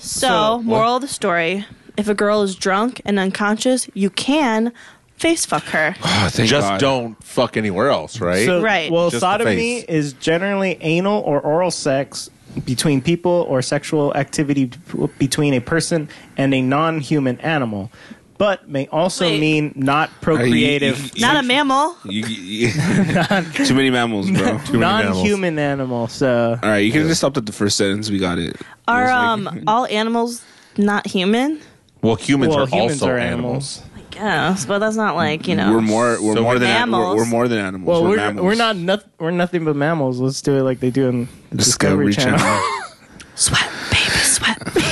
So, moral of the story if a girl is drunk and unconscious, you can face fuck her.
Oh, thank
Just
God.
don't fuck anywhere else, right?
So,
Right.
Well,
Just the
sodomy
face.
is generally anal or oral sex between people or sexual activity b- between a person and a non-human animal, but may also
Wait.
mean not procreative.
you-
Not a mammal.
You- you- too many mammals, bro.
Non-human animal, so
All right, you could have just stopped at the first sentence. We got it.
Are um all animals not human?
well, humans
well,
are
humans
also
are
animals.
animals.
I guess, but that's not like you know.
We're more. We're
So
more than
mammals.
We're, we're more than animals.
Well, we're
mammals.
we're not noth- we're nothing but mammals. Let's do it like they do in the Discovery,
Discovery
Channel.
Channel.
sweat, baby, sweat. baby.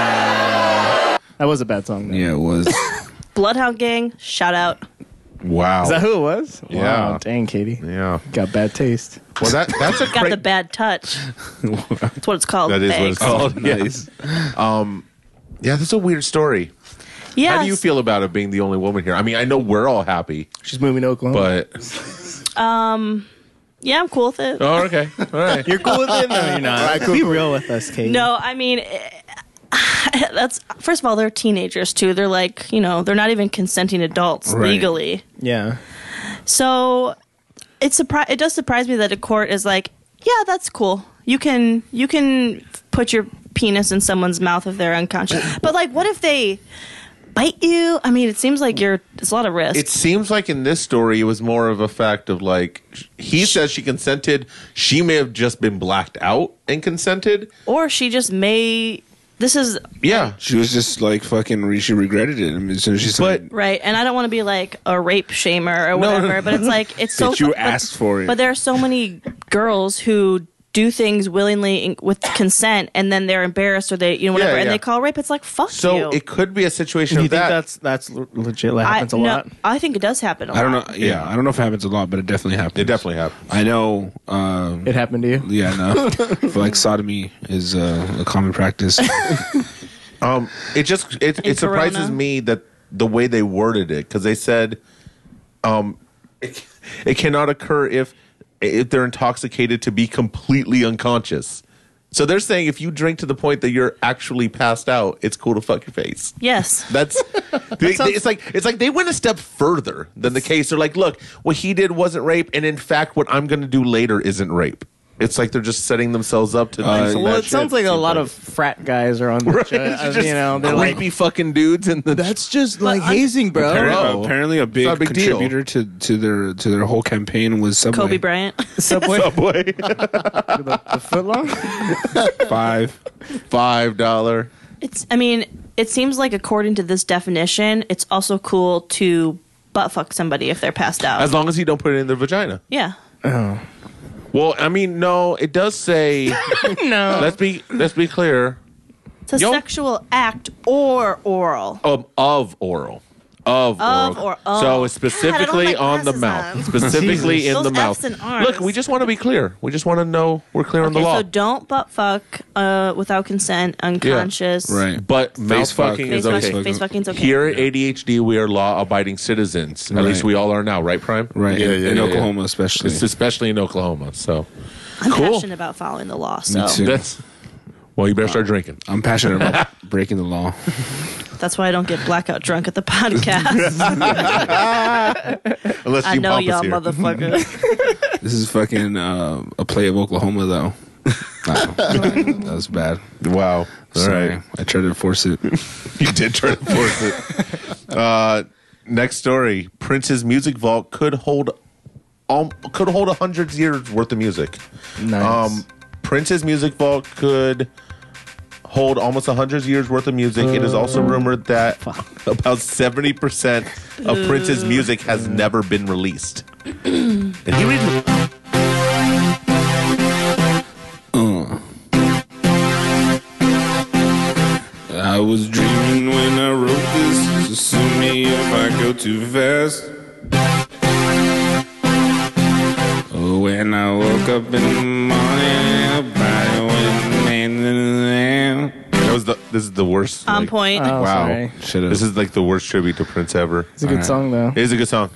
that was a bad song. Though.
yeah, it was.
Bloodhound Gang, shout out.
Wow.
Is that who it was?
Yeah.
Wow, dang, Katie,
yeah.
got bad taste.
Well, that that's a
Got the
great.
bad touch. That's what it's called.
That is what
Thanks.
it's called. yeah.
nice.
yeah, that's a weird story.
Yes.
How do you feel about it being the only woman here? I mean, I know we're all happy,
She's moving to Oklahoma.
but
Yeah, I'm cool with it.
oh, okay, all right.
You're cool with it? No, you're not. Be real with us, Katie.
No, I mean, eh, that's first of all, they're teenagers too. They're like, you know, they're not even consenting adults
Right.
legally.
Yeah.
So it surpri- it does surprise me that a court is like, yeah, that's cool. You can you can put your penis in someone's mouth if they're unconscious. But like, what if they bite you? I mean, it seems like you're it's a lot of risk.
It seems like in this story, it was more of a fact of like sh- he says she consented. She may have just been blacked out and consented.
or she just may. This is
Yeah,
She was just like fucking. Re- she regretted it. I mean, so she said,
right, and I don't want to be like a rape shamer or whatever. But it's like it's so.
"Did you
fu- but-
ask for it?"
But there are so many girls who do things willingly in- with consent, and then they're embarrassed or they, you know, whatever,
yeah.
and they call rape. It's like fuck
so
you.
it could be a situation
You
of
think
that.
that's that's l- legit? That happens a
I, no,
lot.
I think it does happen. A lot.
I don't know. Yeah, I don't know if it happens a lot, but it definitely happens.
it definitely happened.
I know. Um,
It happened to you.
yeah, no. but like sodomy is uh, a common practice.
Um, it just it, it surprises
Corona.
me that the way they worded it because they said, um, it, it cannot occur if if they're intoxicated to be completely unconscious. So they're saying if you drink to the point that you're actually passed out, it's cool to fuck your face.
Yes.
That's they, they- it's like it's like they went a step further than the case. They're like, look, what he did wasn't rape, and in fact, what I'm going to do later isn't rape. It's like they're just setting themselves up to.
Uh,
do some
Well,
bad
it sounds
shit.
like a lot of frat guys are on the show. uh,
It's
you know, they're
creepy
like,
fucking dudes in the.
That's just like
I'm-
hazing, bro.
apparently, apparently a big,
not a big deal.
contributor to, to their to their whole campaign was Subway.
Kobe Bryant.
Subway,
Subway.
the footlong.
Five.
Five dollar.
it's. I mean, it seems like according to this definition, it's also cool to butt fuck somebody if they're passed out.
As long as you don't put it in their vagina.
yeah.
Well, I mean, no, it does say.
No.
let's be let's be clear.
It's a
Yo.
sexual act or oral.
Um, of oral. Of,
Of
oral.
or of.
So it's specifically
God, I don't like
on the
glasses
mouth.
on.
Specifically in
Those
the mouth.
Fs and Rs.
Look, we just want to be clear. We just want to know we're clear on the
Okay,
law.
so don't butt fuck uh, without consent, unconscious.
Right.
but mouth
fuck.
fucking
Face,
is
fuck,
okay.
face fucking's okay.
Here at ADHD, we are law abiding citizens. At
Right.
least we all are now, right, Prime?
Right.
Yeah,
in,
yeah,
in
yeah, yeah.
Oklahoma, especially.
It's especially in Oklahoma. So
I'm
Cool.
passionate Uh, about following the law, so
too.
that's. Well, you better start drinking.
I'm passionate about breaking the law.
that's why I don't get blackout drunk at the podcast.
Unless
I
you
know
pop us
y'all
here.
motherfucker.
This is fucking uh, a play of Oklahoma, though. Wow. that was bad.
Wow. All right.
Sorry. I tried to force it.
You did try to force it. Uh, next story: Prince's music vault could hold um, could hold a hundred years worth of music.
Nice.
Um, Prince's music vault could hold almost a hundred years worth of music. it is also rumored that about seventy percent of Prince's music has never been released. and you read
I was dreaming when I wrote this. So sue me if I go too fast. Oh, when I woke up in the morning, I went and
that was the this is the worst.
On
like- uh,
point.
Oh,
Wow.
sorry.
Should have.
This is like the worst tribute to Prince ever.
It's a good song though.
It is a good song.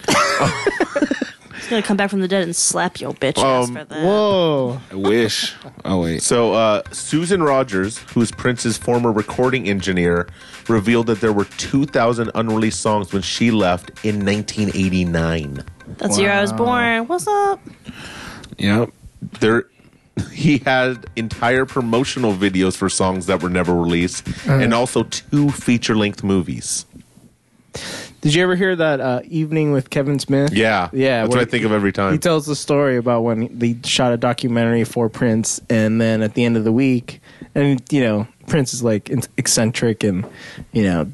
He's gonna come back from the dead and slap your bitch ass
Um,
for that.
Whoa.
I wish. Oh wait.
So, uh, Susan Rogers, who is Prince's former recording engineer, revealed that there were 2,000 unreleased songs when she left in 1989.
That's the year I was born. What's up?
Yep.
There, he had entire promotional videos for songs that were never released,
Uh.
and also two feature-length movies.
Did you ever hear that uh, evening with Kevin Smith?
Yeah,
Yeah.
that's what
where
I think of every time.
He tells the story about when they shot a documentary for Prince, and then at the end of the week, and you know, Prince is like in- eccentric and you know,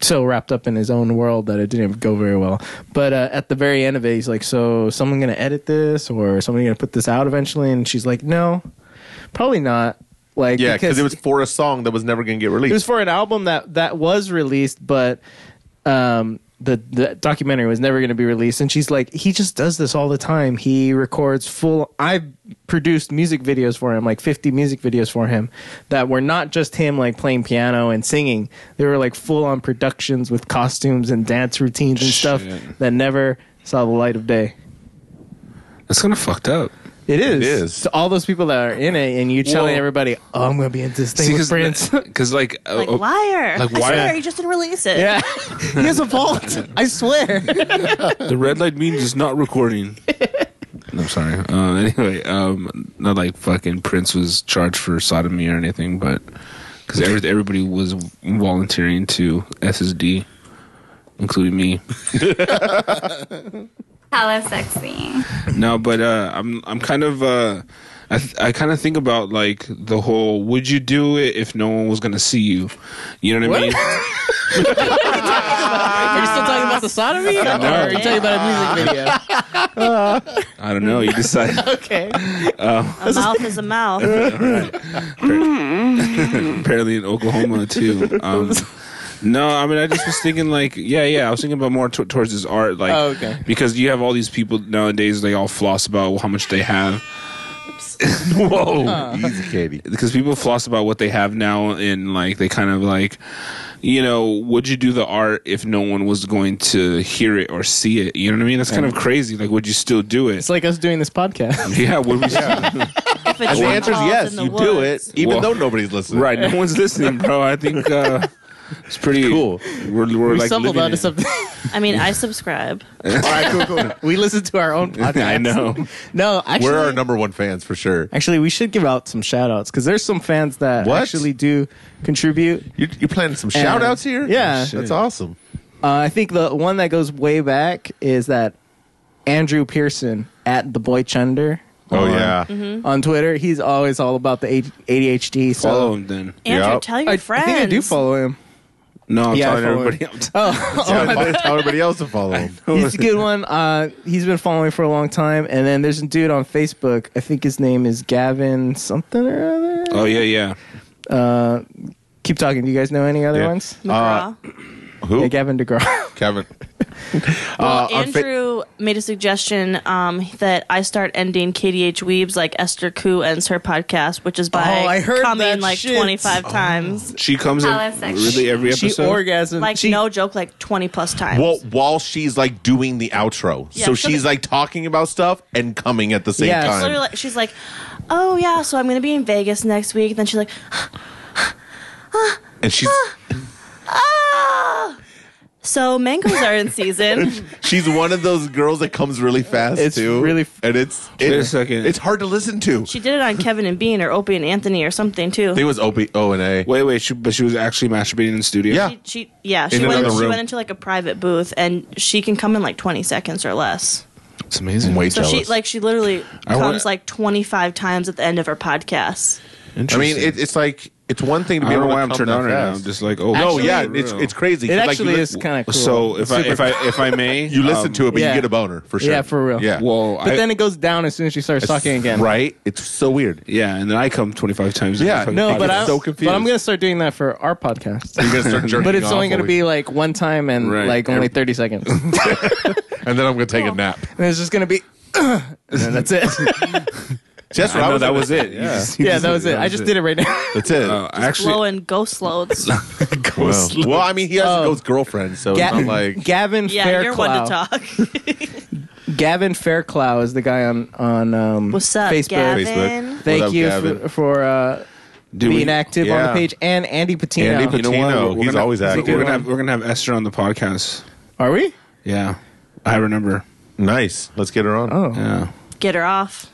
so wrapped up in his own world that it didn't go very well. But uh, at the very end of it, he's like, "So, is someone gonna edit this, or is someone gonna put this out eventually?" And she's like, "No, probably not." Like,
yeah, because it was for a song that was never going to get
it was
released.
for an album that that was released, but um, the the documentary was never going to be released. And she's like, he just does this all the time. He records full. I've produced music videos for him, like fifty music videos for him, that were not just him like playing piano and singing. They were like full on productions with costumes and dance routines and stuff
Shit.
that never saw the light of day.
That's kind of fucked up.
It is.
is.
To all those people that are in it, and you telling
Well-
everybody, "Oh, I'm going to be into this thing with Prince."
Because like, uh,
Like
Oh,
uh,
liar.
like,
I
why-
swear he just didn't release it.
yeah, he has a vault. I swear.
the red light means it's not recording. I'm sorry. Um, anyway, um, not like fucking Prince was charged for sodomy or anything, but because every, everybody was volunteering to SSD, including me.
Hello, sexy.
No, but uh, I'm I'm kind of uh, I th- I kind of think about like the whole would you do it if no one was gonna see you? You know what, I
Are you still talking about the sodomy? Or are you talking about a music video?
mean? I don't know. You decide.
Okay.
A mouth is a mouth.
apparently in Oklahoma too. Um, no, I mean I just was thinking like yeah, yeah. I was thinking about more t- towards his art, like
Oh, okay.
because you have all these people nowadays. They all floss about how much they have
Whoa,
Uh.
easy, Katie.
because people floss about what they have now, and like they kind of like you know would you do the art if no one was going to hear it or see it? You know what I mean? That's kind of crazy. Like would you still do it?
It's like us doing this podcast.
yeah, would we?
If a
And
tree
the answer is
falls
yes.
in the
You do
woods.
it, even
Well-
though nobody's listening.
right, no one's listening, bro. I think uh, it's pretty
Cool.
We're, we're
we
like
stumbled
living
onto
it.
something.
I mean, I subscribe.
All right, cool, cool. We listen to our own podcast.
I know.
No, actually,
We're our number one fans for sure.
actually, we should give out some shout outs because there's some fans that
What?
actually do contribute.
You're, you're planning some shout outs here? Oh,
Yeah.
That's awesome.
Uh, I think the one that goes way back is that Andrew Pearson at the Boy Chunder.
Oh,
on-
yeah.
On Twitter, he's always all about the ADHD. So
Follow him then.
Andrew,
Yep.
tell your
I, I
friends.
think I do follow him.
No, I'm
Yeah, I
telling
follow
everybody.
him.
I'm t-
Oh,
Yeah, I'll tell everybody else to follow him.
he's a good one. Uh, he's been following me for a long time. And then there's a dude on Facebook. I think his name is Gavin something or other.
oh yeah, yeah.
Uh, keep talking. Do you guys know any other
Yeah.
ones?
Uh,
McGraw.
Who?
Yeah, Gavin DeGraw.
Kevin.
well,
on Fa-
Andrew made a suggestion um, that I start ending KDH Weebs like Esther Koo ends her podcast, which is by
Oh, I heard that
coming like
shit. Oh.
25 times.
She comes in
Oh, that's sexy.
really every
she
episode.
orgasmed.
Like,
she,
no joke, like 20 plus times.
Well, while she's like doing the outro,
Yeah,
so
so
she's
the-
like talking about stuff and coming at the same
Yeah, it's
It's
time.
literally like- she's like, oh, yeah, so I'm going to be in Vegas next week. And then she's like,
and she's
ah! So mangoes are in season.
she's one of those girls that comes really fast
It's
too.
really f-
and it's
Wait a
it's
second.
it's hard to listen to.
she did it on Kevin and Bean or Opie and Anthony or something, too.
I think it was O P O and A.
Wait, wait. She, but she was actually masturbating in the studio.
Yeah.
She, she yeah, she
In
went,
another
she
room.
went into like a private booth and she can come in like 20 seconds or less.
it's amazing.
Way
So
jealous.
she like she literally
I
comes
wanna-
like 25 times at the end of her podcast.
I mean, it, it's like it's one thing to
I
be
don't
able
know
to
why I'm
come
turned
that
on right now.
fast.
I'm just like, oh,
no,
for
yeah,
real.
it's it's crazy.
it
'cause, like,
actually
you li-
is kind of cool.
So if I if I if I may, um,
you listen to it, but
yeah.
you get a boner for sure.
Yeah, for real.
Yeah,
Well,
but
I-
then it goes down as soon as she starts talking again.
right? It's so weird.
yeah, and then I come 25 times.
Yeah,
Fucking
No,
fucking-
but
get
I'm
so
But
confused.
I'm gonna start doing that for our podcast.
You're gonna start jerking
But it's
off
only gonna
while we-
be like one time and
Right.
like only 30 seconds. and
and then I'm gonna take a nap.
it's just gonna be. and then that's it.
See, that's
I
what I,
know
was.
that was it. Yeah,
yeah, that was it. I just did it right now.
That's it.
Uh, actually,
Blowing ghost loads.
Wow. Well, I mean, he has a
Oh.
ghost girlfriend, so
Ga-
it's not like
Gavin
yeah, you're one
Fairclough.
to talk.
Gavin Fairclough is the guy on on um,
What's up,
Facebook.
Gavin?
Facebook.
Thank
What up,
you
Gavin?
for, for uh,
do
being active on the
yeah.
page and Andy Patino.
Andy
You know
Patino.
what?
He's
gonna-
always active.
We're gonna have we're gonna have Esther on the podcast.
Are we?
Yeah, I remember.
nice. Let's get her on.
Oh,
Yeah.
Get her off.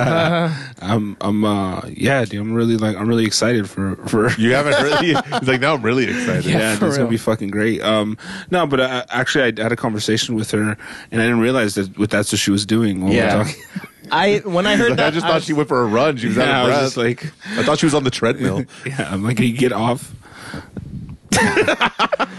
I'm I'm uh yeah, dude, I'm really like I'm really excited for for
You haven't really. He's like, now I'm really excited.
yeah,
for
that's gonna
real.
be fucking great. Um, no, but I, actually, I had a conversation with her, and I didn't realize that what that's what she was doing. While we were
Yeah.
talking.
I when I heard
I
that
just
I
thought
was-
she went for a run. She was
Yeah, I
out
was
of breath.
just like,
I thought she was on the treadmill.
yeah, I'm like, can you get off? uh,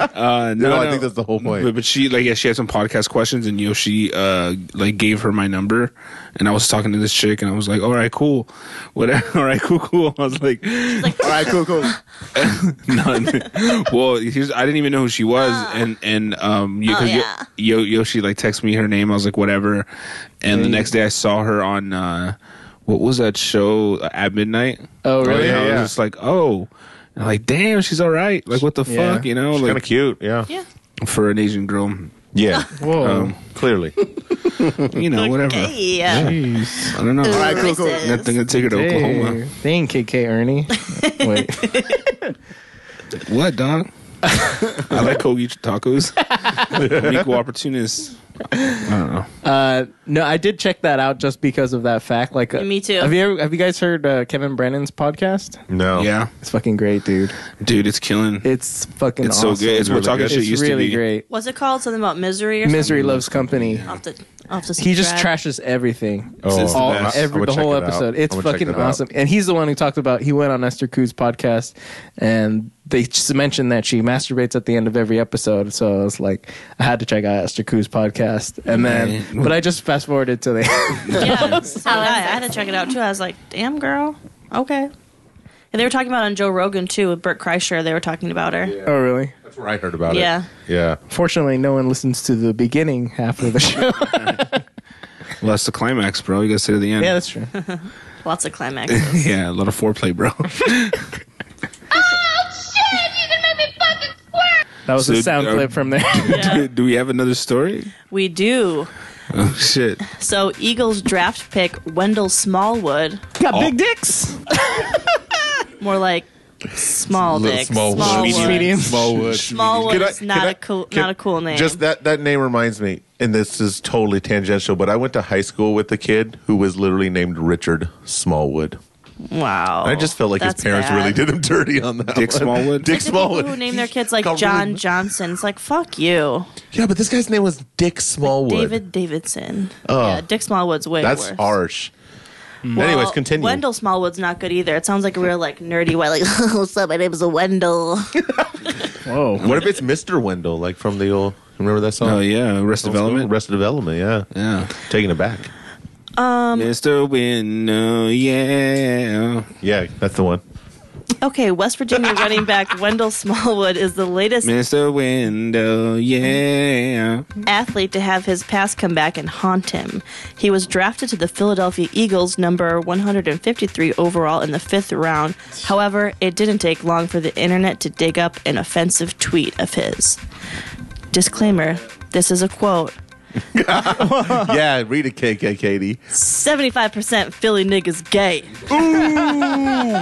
no,
No, I
no.
think that's the whole point.
But, but she like yeah she had some podcast questions and Yoshi uh like gave her my number and I was talking to this chick and I was like all right cool whatever all right cool cool I was like all right cool cool no, well here's, I didn't even know who she was and and um you,
Ah. Oh,
'cause Yo-
yeah.
Yo, Yoshi like texted me her name I was like whatever and the next day I saw her on uh what was that show uh, at midnight
Oh, really?
And I
Yeah,
was
yeah.
just like oh and I'm like damn she's all right like what the
Yeah.
fuck you know like
kind of cute. Yeah.
Yeah.
for an Asian girl
Yeah.
Whoa.
Clearly.
you know whatever.
Yeah.
I don't know. All right,
cool, cool.
I'm gonna take
Uh,
her to
Hey,
Oklahoma.
thank KK Ernie. Wait,
What, Don? I like Kogi tacos. I'm equal opportunist. I don't know.
uh, no, I did check that out just because of that fact. Like, uh,
Me too.
Have you ever, have you guys heard uh, Kevin Brennan's podcast?
No.
Yeah,
It's fucking great, dude.
dude, it's killing.
It's fucking.
It's so
awesome.
good. It's we're
really
talking
good.
shit
It's
used to
really
be.
great.
What's it called? Something about misery or
Misery loves company.
something? I'll have to, I'll have to
He just
subscribe.
trashes everything.
Oh,
It's the
all,
best.
every,
I'ma
the
check
whole
it out.
episode. It's
I'ma check
fucking
that out.
awesome. And he's the one who talked about he went on Esther Koo's podcast and they just mentioned that she masturbates at the end of every episode. So I was like, I had to check out Esther Koo's podcast. And then, but I just fast forwarded to the.
Yeah, so did I, I had to check it out too. I was like, "Damn, girl, okay." And they were talking about on Joe Rogan too with Burt Kreischer. They were talking about her. Yeah,
oh, really?
That's where I heard about
Yeah.
it. Yeah.
Fortunately, no one listens to the beginning half of the show.
Well, that's the climax, bro. You gotta say to the end.
yeah, that's true.
lots of climaxes.
yeah, a lot of foreplay, bro.
Oh,
That was
So,
a sound
uh,
clip from there.
do, do we have another story?
we do.
Oh shit!
So Eagles draft pick Wendell Smallwood,
Got
Oh.
big dicks.
more like small
Little
dick.
Smallwood.
Medium.
Smallwood.
Smallwood
Can I-
is not
can I-
a cool,
can-
not a cool name.
Just that that name reminds me, and this is totally tangential, but I went to high school with a kid who was literally named Richard Smallwood.
wow.
I just felt like his
that's
parents
bad.
really did him dirty on that.
Dick
one.
Smallwood?
Dick
Like the people
Smallwood.
who name their kids like
Got
John
really-
Johnson. It's like fuck you,
Yeah, but this guy's name was Dick Smallwood.
David Davidson. yeah, Dick Smallwood's way
That's
worse.
harsh.
Well,
Anyways, continue.
Oh, Wendell oh, Smallwood's not good either. It sounds like a real like nerdy white like what's up? My name is Wendell.
Whoa.
What if it's Mr. Wendell, like from the old? Remember that song?
Oh yeah, Arrest Development.
Rest development. Yeah,
Yeah.
taking it back.
Mr. Window, yeah.
Yeah, that's the one.
Okay, West Virginia running back Wendell Smallwood is the latest
Mr. Window, yeah.
athlete to have his past come back and haunt him. He was drafted to the Philadelphia Eagles number 153 overall in the fifth round. However, it didn't take long for the internet to dig up an offensive tweet of his. Disclaimer this is a quote.
yeah, read it, KK Katie.
75% Philly niggas gay,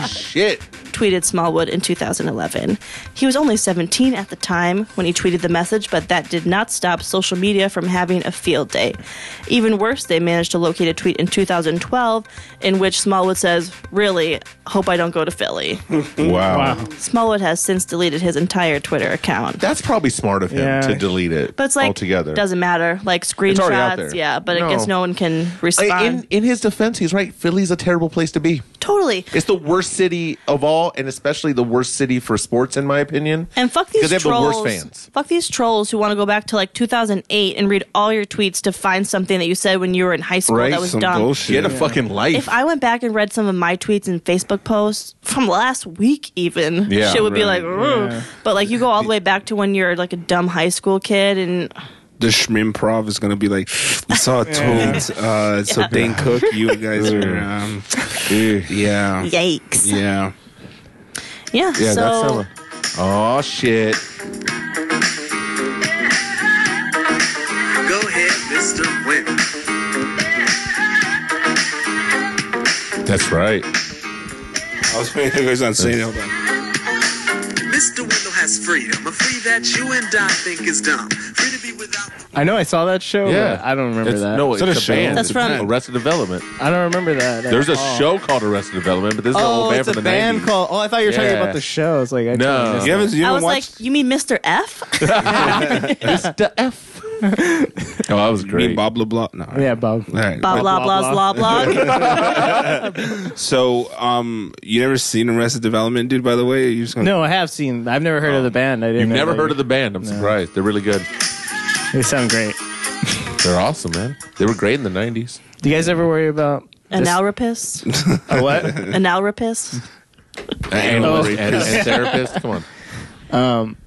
Shit.
tweeted Smallwood in 2011. He was only 17 at the time when he tweeted the message, but that did not stop social media from having a field day. Even worse, they managed to locate a tweet in 2012 in which Smallwood says, Really, hope I don't go to Philly.
Wow.
Smallwood has since deleted his entire Twitter account.
That's probably smart of him
Yeah.
to delete it.
But it's like,
altogether.
doesn't matter. Like
already out
screenshots,
there.
yeah, but
No.
I guess no one can respond.
in in his defense, he's right. Philly's a terrible place to be.
totally.
It's the worst city of all, and especially the worst city for sports, in my opinion.
And fuck these
because they have
trolls.
the worst fans.
Fuck these trolls who want to go back to like 2008 and read all your tweets to find something that you said when you were in high school
Right,
that was
Some
dumb.
bullshit.
Get a fucking life.
If I went back and read some of my tweets and Facebook posts from last week, even
Yeah,
shit would be
right.
like, "Ugh." but like you go all the way back to when you're like a dumb high school kid and
the Schmimprov is gonna be like, we saw a tweet. Uh, so Dane Cook, you guys are, um, yeah,
yikes, yeah.
yeah.
so
oh shit.
Go ahead, Mr. Wimp.
That's right.
I was paying you guys on saying, hold on.
Mr. Wendell has freedom, a free that you and I think is dumb. Free to be without.
I know I saw that show.
Yeah.
but I don't remember
It's-
that. Oh.
No, it's
that
a,
a show?
band.
That's
It's
from-
Arrested Development.
I don't remember that. at
There's a
all.
show called Arrested Development, but this is an
Oh,
old band
it's
from
a
the
band
90s.
called. Oh, I thought you were talking
Yeah.
about the show. I was like, I
No.
totally missed
You haven't, you
I
haven't
was
watched
like, you mean Mr. F?
Oh, that
me
was
and
great.
Bob LeBlanc? No.
that. Yeah, Bob.
All right.
blah blah blah blah blah.
So, um, you never seen Arrested Development, dude? By the way, you just gonna,
No, I have seen. I've never heard of the band. I didn't.
You've
know
never
they-
heard of the band. I'm surprised. They're really good.
They sound great.
They're awesome, man. They were great in the 90s.
Do you guys ever worry about
An alrapist,
a what?
an alrapist.
Oh, Analyst and, and therapist. Come on.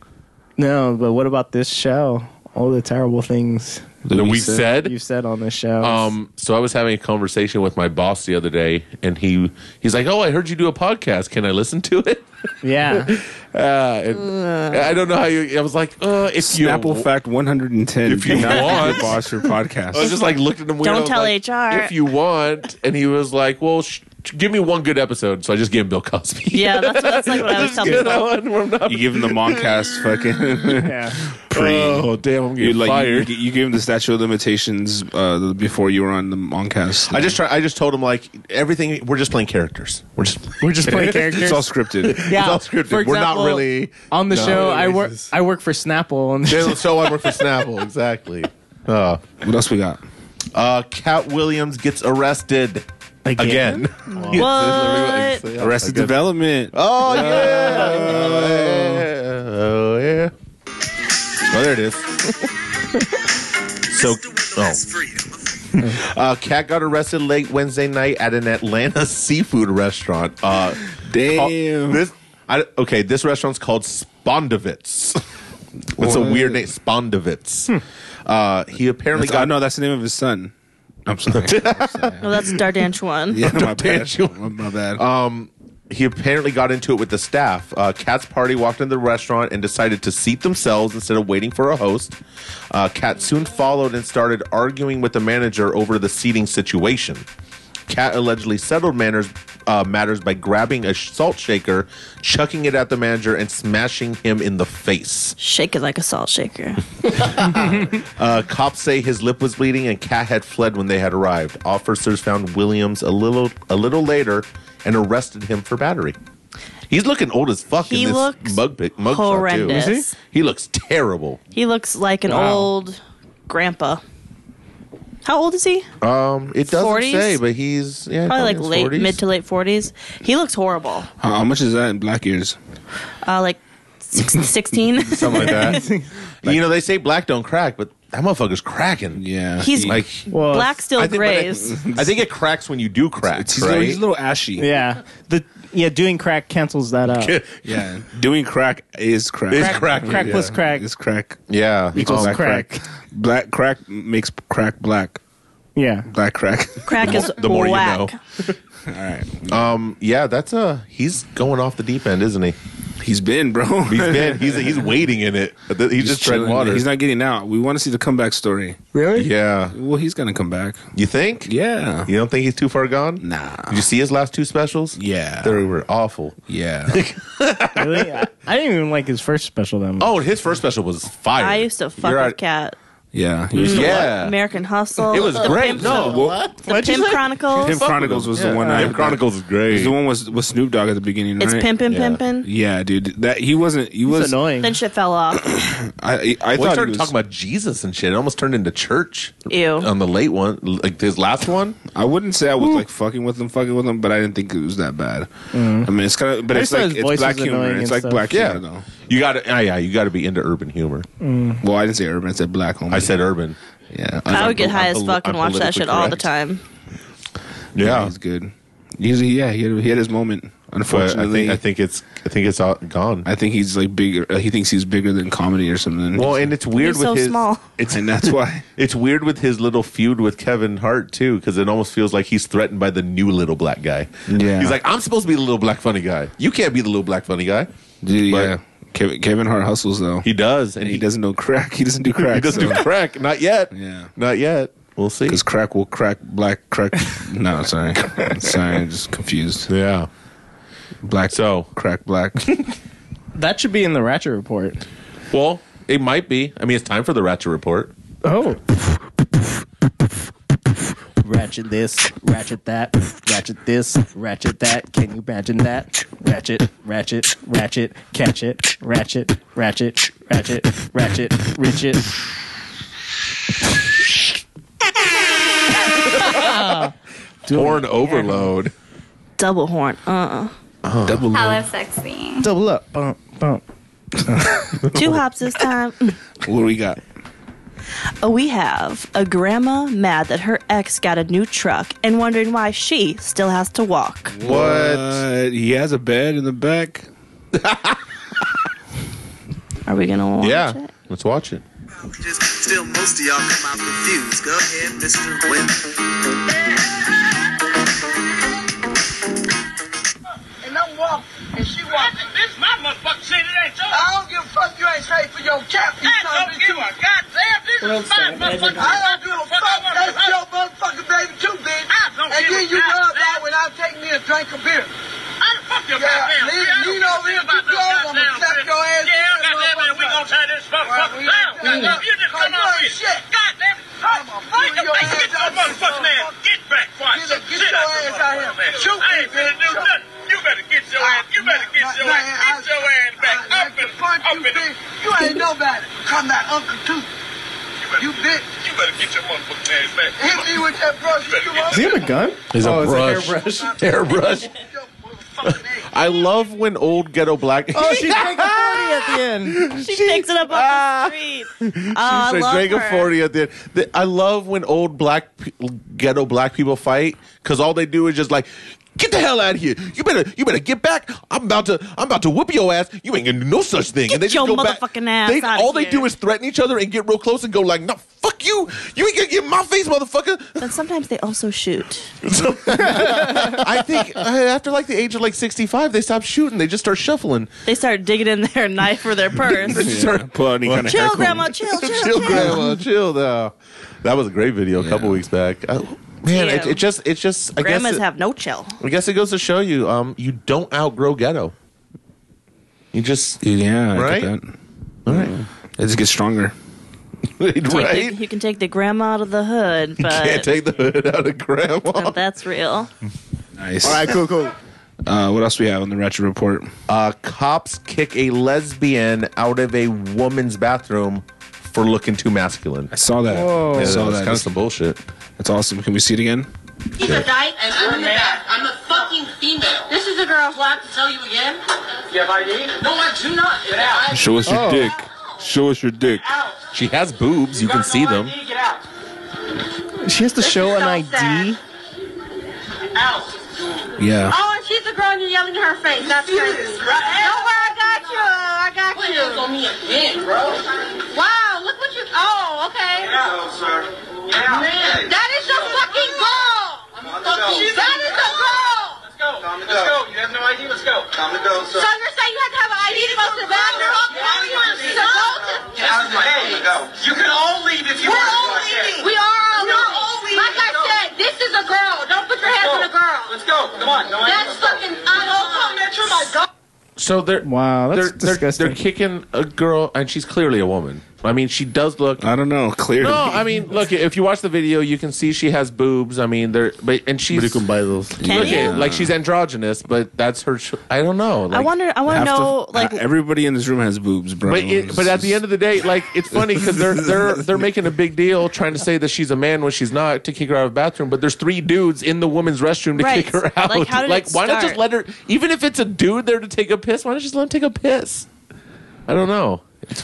no, but what about this show? All the terrible things
That we said.
you've said on this show.
Um, so I was having a conversation with my boss the other day, and he he's like, "Oh, I heard you do a podcast. Can I listen to it?"
yeah.
Uh, and I don't know how you. I was like, "Uh, if
Snapple
you."
Fact 110.
If you
do not give
want.
your boss your podcast.
I was just like looked at him. Weird.
Don't
I was
tell
like,
HR.
if you want. And he was like, "Well, sh- give me one good episode." So I just gave him Bill Cosby.
Yeah, that's, that's like what I was
Just
telling
get
people.
that one where I'm not-
you give him the Moncast fucking
yeah.
pre.
Oh damn! I'm
You
getting
like you,
fired.
you gave him the statute of limitations uh, before you were on the Moncast.
I just try. I just told him like everything. We're just playing characters. We're just
We're just playing characters.
it's all scripted.
yeah.
all scripted.
for
We're not
example,
really-
on the
No.
show. I work.
Racist.
I work for Snapple. And
There's a show I work for Snapple. Exactly. Uh,
What else we got?
uh, Cat Williams gets arrested again.
What?
Arrested Development.
Oh yeah. Oh yeah. Oh, there it is. so, oh. Uh, Cat got arrested late Wednesday night at an Atlanta seafood restaurant. Uh,
Damn.
this, I, okay, this restaurant's called Spondovitz. What's a weird name? Spondovitz. Uh, he
Hmm.
apparently
That's- oh,
got
no, that's the name of his son. I'm sorry.
No, that's Dardanchuan.
yeah, my
Damn
bad.
you. Uh,
My bad.
he apparently got into it with the staff. Uh, Kat's party walked into the restaurant and decided to seat themselves instead of waiting for a host. Uh, Kat soon followed and started arguing with the manager over the seating situation. Kat allegedly settled manners, uh, matters by grabbing a salt shaker, chucking it at the manager, and smashing him in the face.
Shake it like a salt shaker.
Uh, cops say his lip was bleeding and Cat had fled when they had arrived. Officers found Williams a little a little later and arrested him for battery. He's looking old as fuck
He
in this
looks
mug pic, mugshot
horrendous.
too.
Is
he? looks terrible.
He looks like an old grandpa. How old is he?
Um, it doesn't
40s?
say, but he's yeah,
Probably like
in his
late,
40s.
mid to late forties. He looks horrible.
how, how much is that in black ears?
Uh, like 16.
something like that. you know, they say black don't crack, but that motherfucker's cracking.
Yeah.
He's
Like,
Well,
black still
I think, but I-
grays.
I, think it cracks when you do crack,
He's, a
right?
little, he's a little ashy.
Yeah, the yeah doing crack cancels that out.
yeah,
Yeah. Doing crack is crack.
Is crack.
Crack
Yeah.
plus crack.
It's crack.
yeah.
Equals
Oh,
crack.
Black crack makes crack black.
Yeah,
Black crack.
Crack is
The more
whack.
you know. Um, Yeah, that's a. He's going off the deep end, isn't he?
He's been, bro.
He's been. He's he's waiting in it. He's, just treading
chilling.
water.
He's not getting out. We want to see the comeback story.
really?
yeah.
Well, he's gonna come back.
You think?
Yeah.
You don't think he's too far gone?
Nah.
Did you see his last two specials?
Yeah.
They were awful.
Yeah.
Really? I, I didn't even like his first special that much.
Oh, and his first special was fire.
I used to fuck
You're
with
right.
Cat.
yeah. He was the
Yeah.
American Hustle.
It was
the
great.
Pimp,
No,
well,
the Pimp Chronicles.
Pimp Chronicles was the one. I
Pimp Chronicles is great.
was the one was with Snoop Dogg at the beginning.
it's
right?
pimpin',
Yeah.
pimpin'.
Yeah, dude. That he wasn't. He
it's
was.
annoying.
Then shit fell off.
I I, I
Well, he
thought
started
he was,
talking about Jesus and shit. It almost turned into church.
Ew.
On the late one, like his last one.
I wouldn't say I was like fucking with him, fucking with him, but I didn't think it was that bad. I mean, it's kind of, but
Mm-hmm. I
it's
just thought
like
his
it's
voice
black
was
humor. It's
annoying and
like
stuff.
black
Yeah.
humor. Though.
You got to, yeah, yeah, you got to be into urban humor.
Well, I didn't say urban. I said black. Homie.
I said urban.
yeah.
I would get
I'm
high as
poli-
fuck and
I'm
watch that shit
politically
all the
correct.
time.
Yeah,
Yeah,
he's good. He's, yeah, he had, he had his moment.
but I
Unfortunately,
think I think it's I think it's all gone.
I think he's like bigger. uh, He thinks he's bigger than comedy or something.
Well, and it's weird
He's
with
so
his.
small.
It's
and that's why.
it's weird with his little feud with Kevin Hart too, because it almost feels like he's threatened by the new little black guy.
Yeah.
he's like, I'm supposed to be the little black funny guy. You can't be the little black funny guy.
Dude,
But-
yeah, Kevin, Kevin Hart hustles though.
He does, and
he doesn't know crack. He doesn't do crack.
He doesn't
so-
do crack. Not yet.
Yeah.
not yet. We'll see.
Because crack will crack black crack. no, sorry, sorry, I'm just confused.
Yeah.
Black
So-
crack black.
That should be in the Ratchet report.
Well, it might be. I mean, it's time for the Ratchet Report.
Oh. Ratchet this, ratchet that, ratchet this, ratchet that. Can you imagine that? Ratchet, ratchet, ratchet, catch it, ratchet, ratchet, ratchet, ratchet, rich it.
Porn overload.
Double horn. Uh
Double.
Hello, sexy.
Double up, bump, bump.
uh Two hops this time.
What do we got?
Oh, we have a grandma mad that her ex got a new truck and wondering why she still has to walk.
What? He has a bed in the back.
Are we gonna watch
Yeah.
it?
Let's watch it.
Just still most of y'all come out confused. Go ahead, Mr. Wimp.
and I'm walking, and she walking. This my motherfucking shit. It ain't yours. I don't give a fuck. You ain't straight for your cap. You I don't give a goddamn. This is my motherfucking. I don't give a fuck. That's your motherfucking baby too, bitch. I don't and then you rub out when I take me a drink of beer. Yeah, lean, lean over here, you go, I'm gonna slap your ass. Yeah, goddamn it, we gonna tie this motherfucker down. Goddamn, you just come on here. Goddamn, fight the face, get your motherfucking ass. Get back, quiet.
Get your ass out here. Shoot
I
me,
ain't finna do
bitch.
nothing. You better get your ass. You better get
Nah,
your
nah,
ass.
I-
Get your ass back.
I-
Up and up and
You ain't nobody. Come back, Uncle Tooth. You bitch.
You better get your motherfucking ass back.
Hit me with that brush. You want
Do you have a gun?
It's
Oh,
a
it's a
brush. Airbrush.
your motherfucking ass.
I love when old ghetto black.
Oh, she's making 40 at the end.
She picks it up off
Ah.
the street. Oh, I
They
love
drank
her.
a 40 at the end. The- I love when old black pe- ghetto black people fight because all they do is just like, get the hell out of here. You better you better get back. I'm about to I'm about to whoop your ass. You ain't gonna do no such thing. and they
Get your
just go back.
motherfucking ass
They,
outta
all they
here.
do is threaten each other and get real close and go like, no, fuck you. You ain't gonna get in my face, motherfucker.
But sometimes they also shoot.
So- I think uh, after like the age of like 65, they stop shooting. They just start shuffling.
They start digging in their knife or their
They
purse.
just start
Put any kind of
chill,
haircut.
grandma, chill, chill,
chill,
chill.
grandma, chill. Though that was a great video a couple
Yeah.
weeks back. I, man, it,
Ew.
it just it just I guess
Grandmas
it,
have no chill.
I guess it goes to show you, um, you don't outgrow ghetto. You just
Yeah, I
Right?
get that.
all right,
It just gets stronger.
right?
You can take the grandma out of the hood, but
Can't take the hood out of grandma.
that's real.
Nice.
All right, cool, cool.
Uh, what else we have on the Ratchet Report?
Uh, cops kick a lesbian out of a woman's bathroom for looking too masculine.
I saw that.
Whoa.
I
Yeah,
saw
that's
that.
kind of some bullshit.
That's awesome. Can we see it again?
He's a dyke and I'm a man. I'm a fucking female.
This is a girl
sounds like to tell you again?
You have ID?
No, I do not.
Get out.
Show us your dick. Show us your dick.
She has boobs. You can see them.
Get out.
She has to show an ID.
Out.
Yeah.
Oh, and she's a girl and you're yelling in her face. That's crazy. Don't worry, I got you. I got
Put
you.
hands on me again, bro.
Wow, look what you. Oh, okay.
sir.
Man, that is the fucking goal.
She's-
That is the goal.
Let's go. Let's go. You have no ID. Let's go. Time to go,
So you're saying you have to have an ID to go to the bathroom? Okay, you're so
You can all leave if you
We're
want.
all leaving. We are all
We're
leaving.
all leaving.
Like I
Let's go.
said, this is a girl. Don't put your
Let's
hands
go.
on a girl.
Let's go. Come on. No ID.
That's
Let's go.
fucking unlawful.
Oh my God.
So they're
wow,
that's they're, disgusting. They're, kicking a girl, and she's clearly a woman. I mean, she does look.
I don't know. Clearly,
No, I mean, look. If you watch the video, you can see she has boobs. I mean, they're but and she's.
But you can buy those.
Can
look
you?
at- like she's androgynous, but that's her. Cho- I don't know.
I
Like,
wonder. I want to
Half the-
know. like,
everybody in this room has boobs, bro.
But it, but at the end of the day, like it's funny because they're they're they're making a big deal trying to say that she's a man when she's not to kick her out of the bathroom. But there's three dudes in the woman's restroom to
Right.
kick her
Like,
out.
how did it
why not just
start?
let her? Even if it's a dude there to take a piss, why not just let him take a piss? I don't know.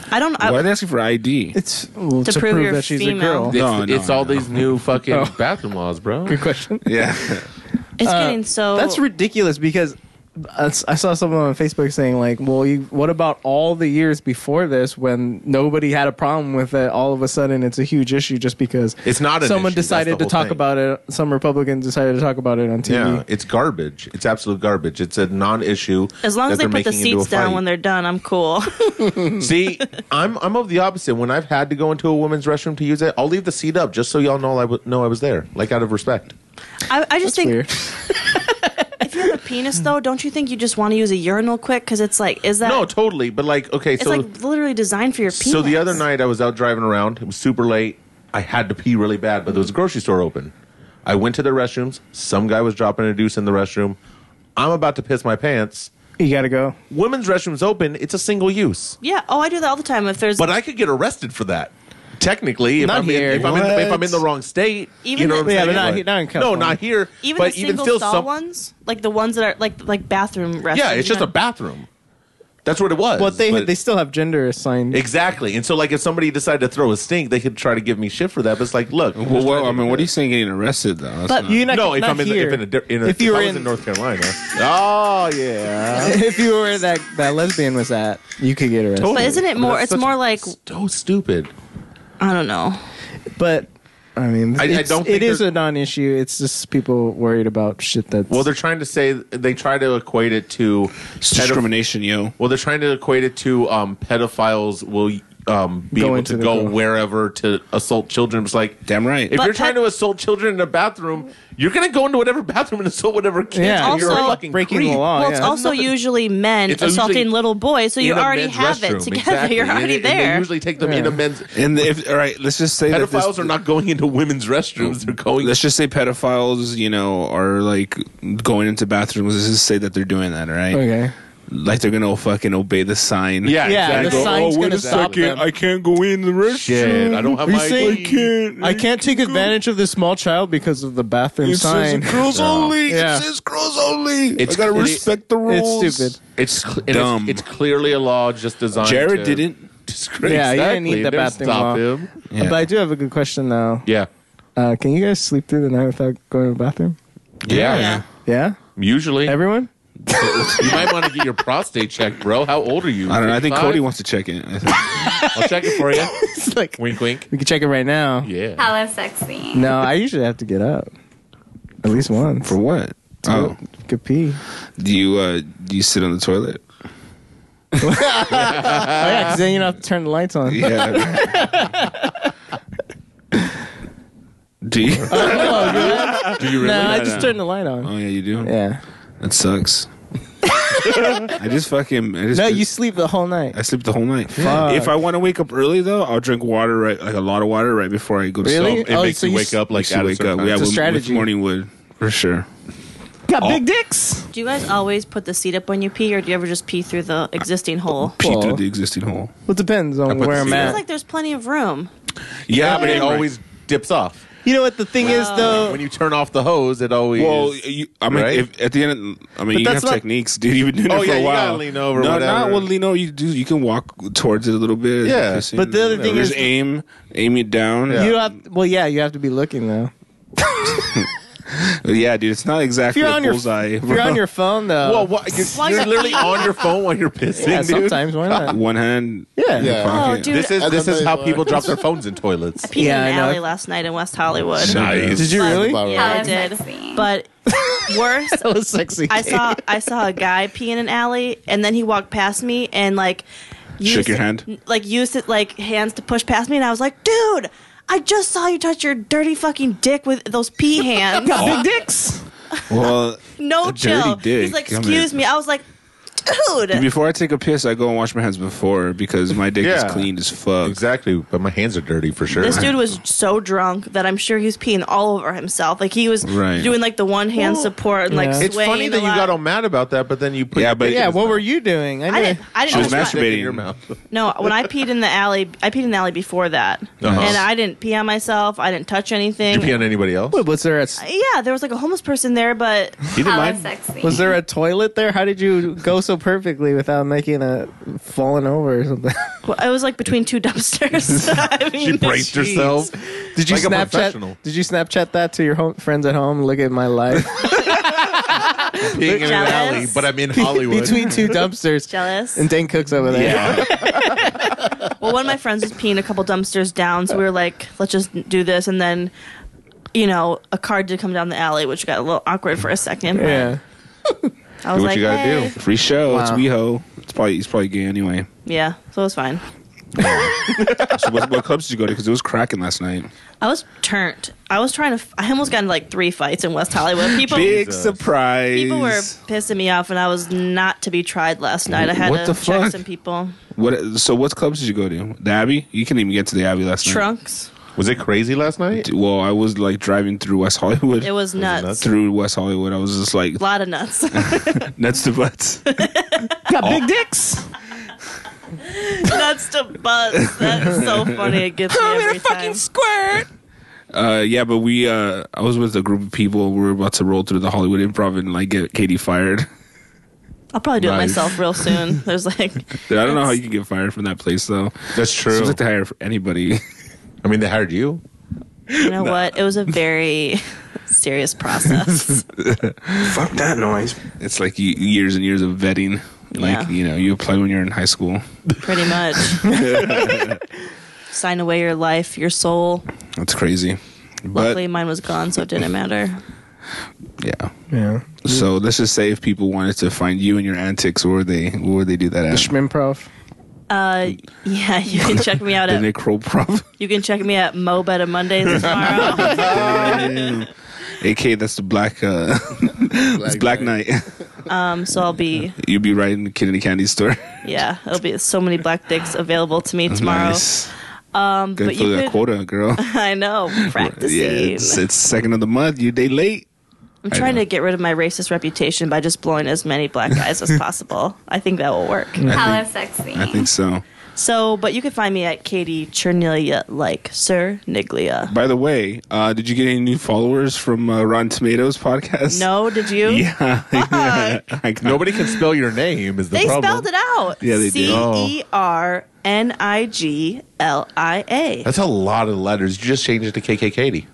I don't. I,
why are they asking for ID?
It's well,
To prove you're female.
It's,
No, no,
it's all these new fucking bathroom laws, bro.
Good question.
Yeah.
it's
Uh,
getting so.
That's ridiculous because I s- I saw someone on Facebook saying like, "Well, you, what about all the years before this when nobody had a problem with it? All of a sudden, it's a huge issue just because
It's not an
someone
issue. That's
decided
the
to
whole
talk
thing.
about it. Some Republican decided to talk about it on TV.
Yeah, it's garbage. It's absolute garbage. It's a non-issue.
as long as
that
they
they're
put the
making into a
seats down
fight.
when they're done, I'm cool.
See, I'm I'm of the opposite. When I've had to go into a woman's restroom to use it, I'll leave the seat up just so y'all know I w- know I was there, like out of respect.
I, I just think
Weird.
if you have a penis, though, don't you think you just want to use a urinal quick? Because it's like, is that
no, totally. But like, okay,
It's
so
like literally designed for your penis.
so the other night I was out driving around. It was super late. I had to pee really bad, but there was a grocery store open. I went to the restrooms. Some guy was dropping a deuce in the restroom. I'm about to piss my pants.
You gotta go.
Women's restrooms open. It's a single use,
Yeah. Oh, I do that all the time. If there's
but I could get arrested for that. Technically, if
Not
I'm,
here.
In, if, I'm in, if I'm
What?
in the wrong state,
Even
you know what
the-
I'm
Yeah,
saying?
but not
But-
he- not in
no, not
California.
here.
even
but
the single
even still,
stall
some,
ones, like the ones that are like like bathroom restrooms.
Yeah, it's just a bathroom. That's what it was.
But they
But-
they still have gender assigned.
exactly. And so, like, if somebody decided to throw a stink, they could try to give me shit for that. But it's like, look,
Well, well, I mean, what are you saying? Getting arrested though? That's
But
not-
you not,
no, if
not
I'm in, the,
here.
if in a, di- in a
If you
if I
were
was
in-
in North Carolina, oh
Uh.
yeah,
if you were where that that lesbian was at, you could get arrested.
But isn't it more?
that's
It's
such-
more like
so stupid.
I don't know.
But I mean,
I- I
it's-
don't
it
think
is
they're-
a non-issue. It's just people worried about shit that's
Well, they're trying to say they try to equate it to
It's discrimination, yo.
Well, they're trying to equate it to um, pedophiles will um, be
Go
able
into
to
the
go
girl.
wherever to assault children. It's like
Damn right.
If
But
you're
ped-
trying to assault children in a bathroom, you're gonna go into whatever bathroom and assault whatever kid.
Yeah,
and you're a
Also-
fucking
breaking
creep.
the law.
well, it's
yeah.
also usually men
Oh, It's
assaulting
usually
little boys, so you
In a
already
men's
have it
restroom,
together.
exactly.
You're
And
already
they- and
there.
they usually take them in a men's.
And if all right, let's just say that this-
Pedophiles are not going into women's restrooms. They're going.
Let's just say pedophiles, you know, are like going into bathrooms. Let's just say that they're doing that, all right?
okay.
Like they're gonna fucking obey the sign.
yeah,
Yeah,
exactly. Oh,
the sign's gonna stop them.
I can't go in the restroom.
Shit, I don't have
Are you
my.
saying-
ID.
can't.
I can't take advantage of this small child because of the bathroom
It
sign.
says girls only.
Yeah.
It says girls only.
It's-
I gotta
it-
respect the rules.
It's stupid.
It's cl- and
Dumb.
It's, it's clearly a law just designed.
Jared
to
didn't.
Disgrace.
Yeah, you didn't
Exactly.
need the
Didn't
bathroom
stop
law.
him.
Yeah.
But I do have a good question though.
Yeah.
Uh, can you guys sleep through the night without going to the bathroom?
yeah,
Yeah,
Usually,
everyone.
you might want to get your prostate checked, bro. How old are you?
I don't know. I think
55?
Cody wants to check in. I think.
I'll check it for you.
It's like
wink, wink.
we can check it right now.
Yeah.
Hello, sexy.
No, I usually have to get up at least once.
For what? Oh,
Oh, good pee.
do you uh, do you sit on the toilet?
oh yeah, 'cause then you don't have to turn the lights on.
Yeah. do you?
Do you really?
No, I just turn the light on.
Oh yeah, you do.
Yeah.
That sucks. I just fucking. I just
No, you sleep the whole night.
I sleep the whole night. If I want to wake up early though, I'll drink water right, like a lot of water right before I go to
Really?
sleep.
It
Oh,
makes
so
you
you
wake
s-
up like
Makes you
at a
wake
certain
up.
time.
Yeah,
a
with, with
strategy.
morning wood for sure.
Got big dicks.
Do you guys always put the seat up when you pee, or do you ever just pee through the existing hole?
Pee
Well-
through the existing hole.
Well, it depends on
put
where
the
I'm
seat
Seems
at.
like there's plenty of room.
Yeah,
but it always dips off.
You know what the thing is though?
When you turn off the hose, it always.
Well, you, I mean,
Right?
if, at the end, I
But
mean, you
that's
have
not-
techniques, dude. You've been doing
Oh,
it for
yeah,
a
you
while.
gotta lean over,
No, not
whatever.
well. Lean over. You do. You can walk towards it a little bit.
Yeah.
Kissing,
But the other
you know,
thing is-
just aim, aim it down.
You don't have well, yeah, you have to be looking though.
yeah, dude. It's not
If
exactly
you're
a
on your
bullseye.
if you're on your phone though.
Well, what, you're, you're literally on your phone while you're pissing.
Yeah,
dude.
sometimes, why not?
One hand.
Yeah.
in your
Yeah.
pocket.
Oh, dude.
This is this is how people drop their phones in
I
toilets.
peed in an
I
alley last night in West Hollywood.
Nice.
Did you
But-
really?
Yeah, I did. But worse,
That was sexy.
I saw I saw a guy pee in an alley, and then he walked past me and like
Shook your hand?
n- like used it like hands to push past me, and I was like, dude, I just saw you touch your dirty fucking dick with those pee hands.
Got big dicks.
Well,
no
Oh, A dirty
chill.
dick.
He's like,
Come
excuse
here.
me. I was like, dude.
Before I take a piss, I go and wash my hands before because my dick
Yeah.
is clean as fuck.
Exactly, but my hands are dirty for sure.
This dude was so drunk that I'm sure he was peeing all over himself. Like he was
Right.
doing like the one hand
Well,
support and like
Yeah.
swaying.
it's funny that
a
you
lot.
got all mad about that, but then you put
Yeah, but-
Yeah, what were you doing?
I didn't. I didn't. do that.
your mouth.
No, when I peed in the alley, I peed in the alley before that,
Uh-huh.
and I didn't pee on myself. I didn't touch anything.
Did you pee on anybody else?
Wait, was there a
yeah, there was like a homeless person there, but
You didn't
mind? was there a toilet there? How did you go so perfectly without making a falling over or something?
Well, it was like between two dumpsters. I mean,
Jeez. Did you
Like a professional.
Snapchat? Did you Snapchat that to your home, friends at home? Look at my life
Peeing in an
Jealous?
alley, but I'm in Hollywood.
between two dumpsters.
Jealous.
And Dan Cook's over there.
Well, one of my friends was peeing a couple dumpsters down, so we were like, let's just do this. And then, you know, a car did come down the alley, which got a little awkward for a second. But
Yeah.
I
do what
was like,
you gotta
"Hey."
do. Free show. It's
Wow.
WeHo. It's probably he's probably gay anyway.
Yeah, so it was fine.
so what, what clubs did you go to? Because it was cracking last night.
I was turned. I was trying to. f- I almost got into like three fights in West Hollywood. People,
Big surprise.
people were pissing me off, and I was not to be tried last night. I had
What the
to check
fuck?
some people.
What? So what clubs did you go to? The Abbey. You couldn't even get to the Abbey last
Trunks.
night. Was it crazy last night? Well, I was like driving through West Hollywood.
It was Was it nuts. nuts?
Through West Hollywood, I was just like
A lot of nuts.
nuts to butts.
Got big dicks.
nuts to butts. That's so funny. It gets me
I'm gonna
every time.
fucking squirt.
Uh, yeah, but we, uh, I was with a group of people. We were about to roll through the Hollywood Improv and like get Katie fired.
I'll probably do it
Nice.
myself real soon. There's like
Dude, I don't know how you can get fired from that place though. That's true. Seems like they hire anybody.
I mean, they hired you.
You know what? It was a very serious process.
Fuck that noise. It's like y- years and years of vetting. Like
Yeah.
you know, you apply when you're in high school.
Pretty much. Sign away your life, your soul.
That's crazy. But
Luckily, mine was gone, so it didn't matter.
yeah.
Yeah.
So let's just say if people wanted to find you and your antics, where would they where would they do that
The
at?
Schmimprov.
Uh, yeah, you can check me out
The
at
Necroprov.
you can check me at Mo Better Mondays tomorrow.
Damn. AK, that's the black. Uh, it's Black Knight.
um, so I'll be
You'd be right in the Kennedy Candy Store.
yeah, it'll be so many black dicks available to me tomorrow.
Nice.
Um,
Good
but
for
you
that
could,
quota, girl.
I know practicing.
Yeah, it's, it's second of the month. You day late.
I'm trying to get rid of my racist reputation by just blowing as many black guys as possible. I think that will work.
I
sexy.
I think so.
So, but you can find me at Katie Chernilia, like Sir Niglia.
By the way, uh, did you get any new followers from uh, Rotten Tomatoes podcast?
No, did you?
Yeah.
Nobody can spell your name is the
They
problem.
spelled it out.
Yeah, they did. Oh.
C E R N I G L I A.
That's a lot of letters. You just change it to KK Katie.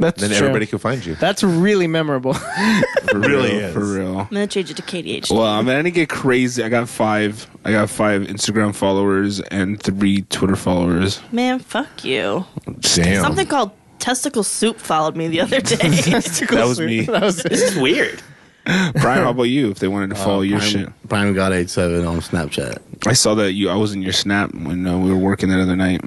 That's
then
true.
everybody can find you.
That's really memorable.
for
really
real,
is.
for real.
I'm gonna change it to Katie H.
Well, I'm gonna get crazy. I got five. I got five Instagram followers and three Twitter followers.
Man, fuck you.
Damn.
Something called testicle soup followed me the other day.
That was me. That was-
this is weird.
Brian, how about you? If they wanted to follow your
Brian-
shit, Brian got eight seven on Snapchat. I saw that you. I was in your Snap when uh, we were working that other night.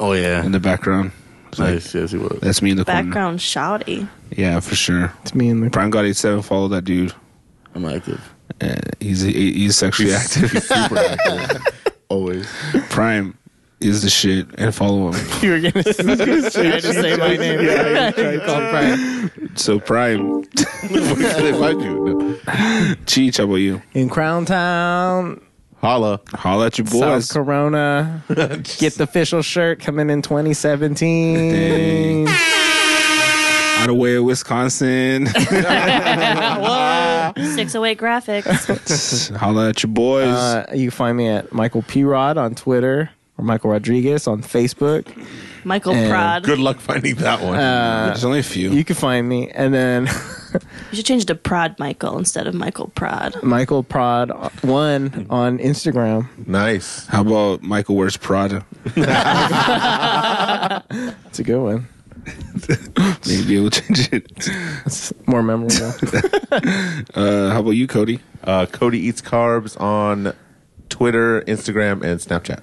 Oh yeah, in the background. Nice, yes, it was. That's me in the corner.
Background shouty.
Yeah, for sure. It's
me and the
Prime God eight seven. Follow that dude. I'm active. Uh, he's he- he's sexually active. super active. Always. Prime is the shit, and follow him.
you were gonna, you were gonna say,
Tried to say my name.
Yeah, you called Brian.
So Prime. Cheech, how about you?
In Crown Town.
Holla. Holla at your boys.
South Corona. Get the official shirt coming in 2017.
Nottoway, Wisconsin.
Whoa. 608 graphics.
Holla at your boys.
Uh, you can find me at Michael P. Rod on Twitter or Michael Rodriguez on Facebook.
Michael
And-
Prod.
luck finding that one.
Uh,
There's only a few.
You can find me. And then
You should change to Prod Michael instead of Michael Prod.
Michael Prod one on Instagram.
Nice.
How about Michael Wears Prada?
It's a good one.
Maybe we'll change it.
It's more memorable.
Uh, how about you, Cody?
Uh, Cody eats carbs on Twitter, Instagram, and Snapchat.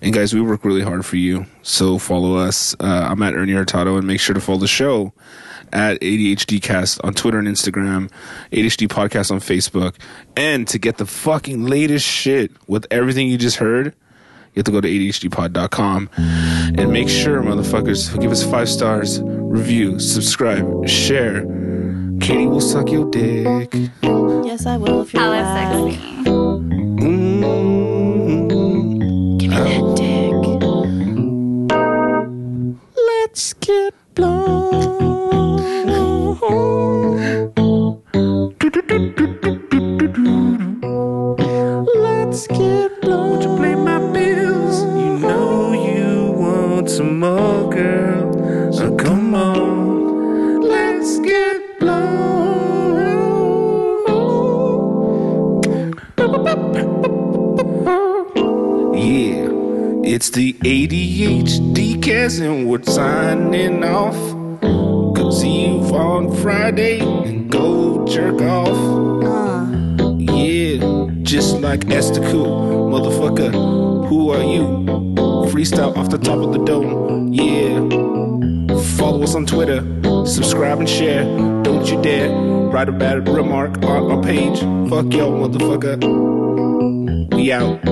And guys, we work really hard for you. So follow us. Uh, I'm at Ernie Hurtado and make sure to follow the show at ADHDcast on Twitter and Instagram, ADHD Podcast on Facebook. And to get the fucking latest shit with everything you just heard, you have to go to ADHDpod.com and make sure, motherfuckers, who give us five stars, review, subscribe, share. Katie will suck your dick.
Yes, I will if you're
Hello,
allowed.
sexy.
Give me that dick.
Let's get blown. Let's get blown. Would you play my bills?
You know you want some more, girl. So come on, let's get blown.
Yeah, it's the ADHD cast, and we're signing off. Cause see you on Friday and go jerk off. Yeah, just like Esther Cool, motherfucker. Who are you? Freestyle off the top of the dome. Yeah, follow us on Twitter, subscribe and share. Don't you dare write a bad remark on our page. Fuck y'all, motherfucker. We out.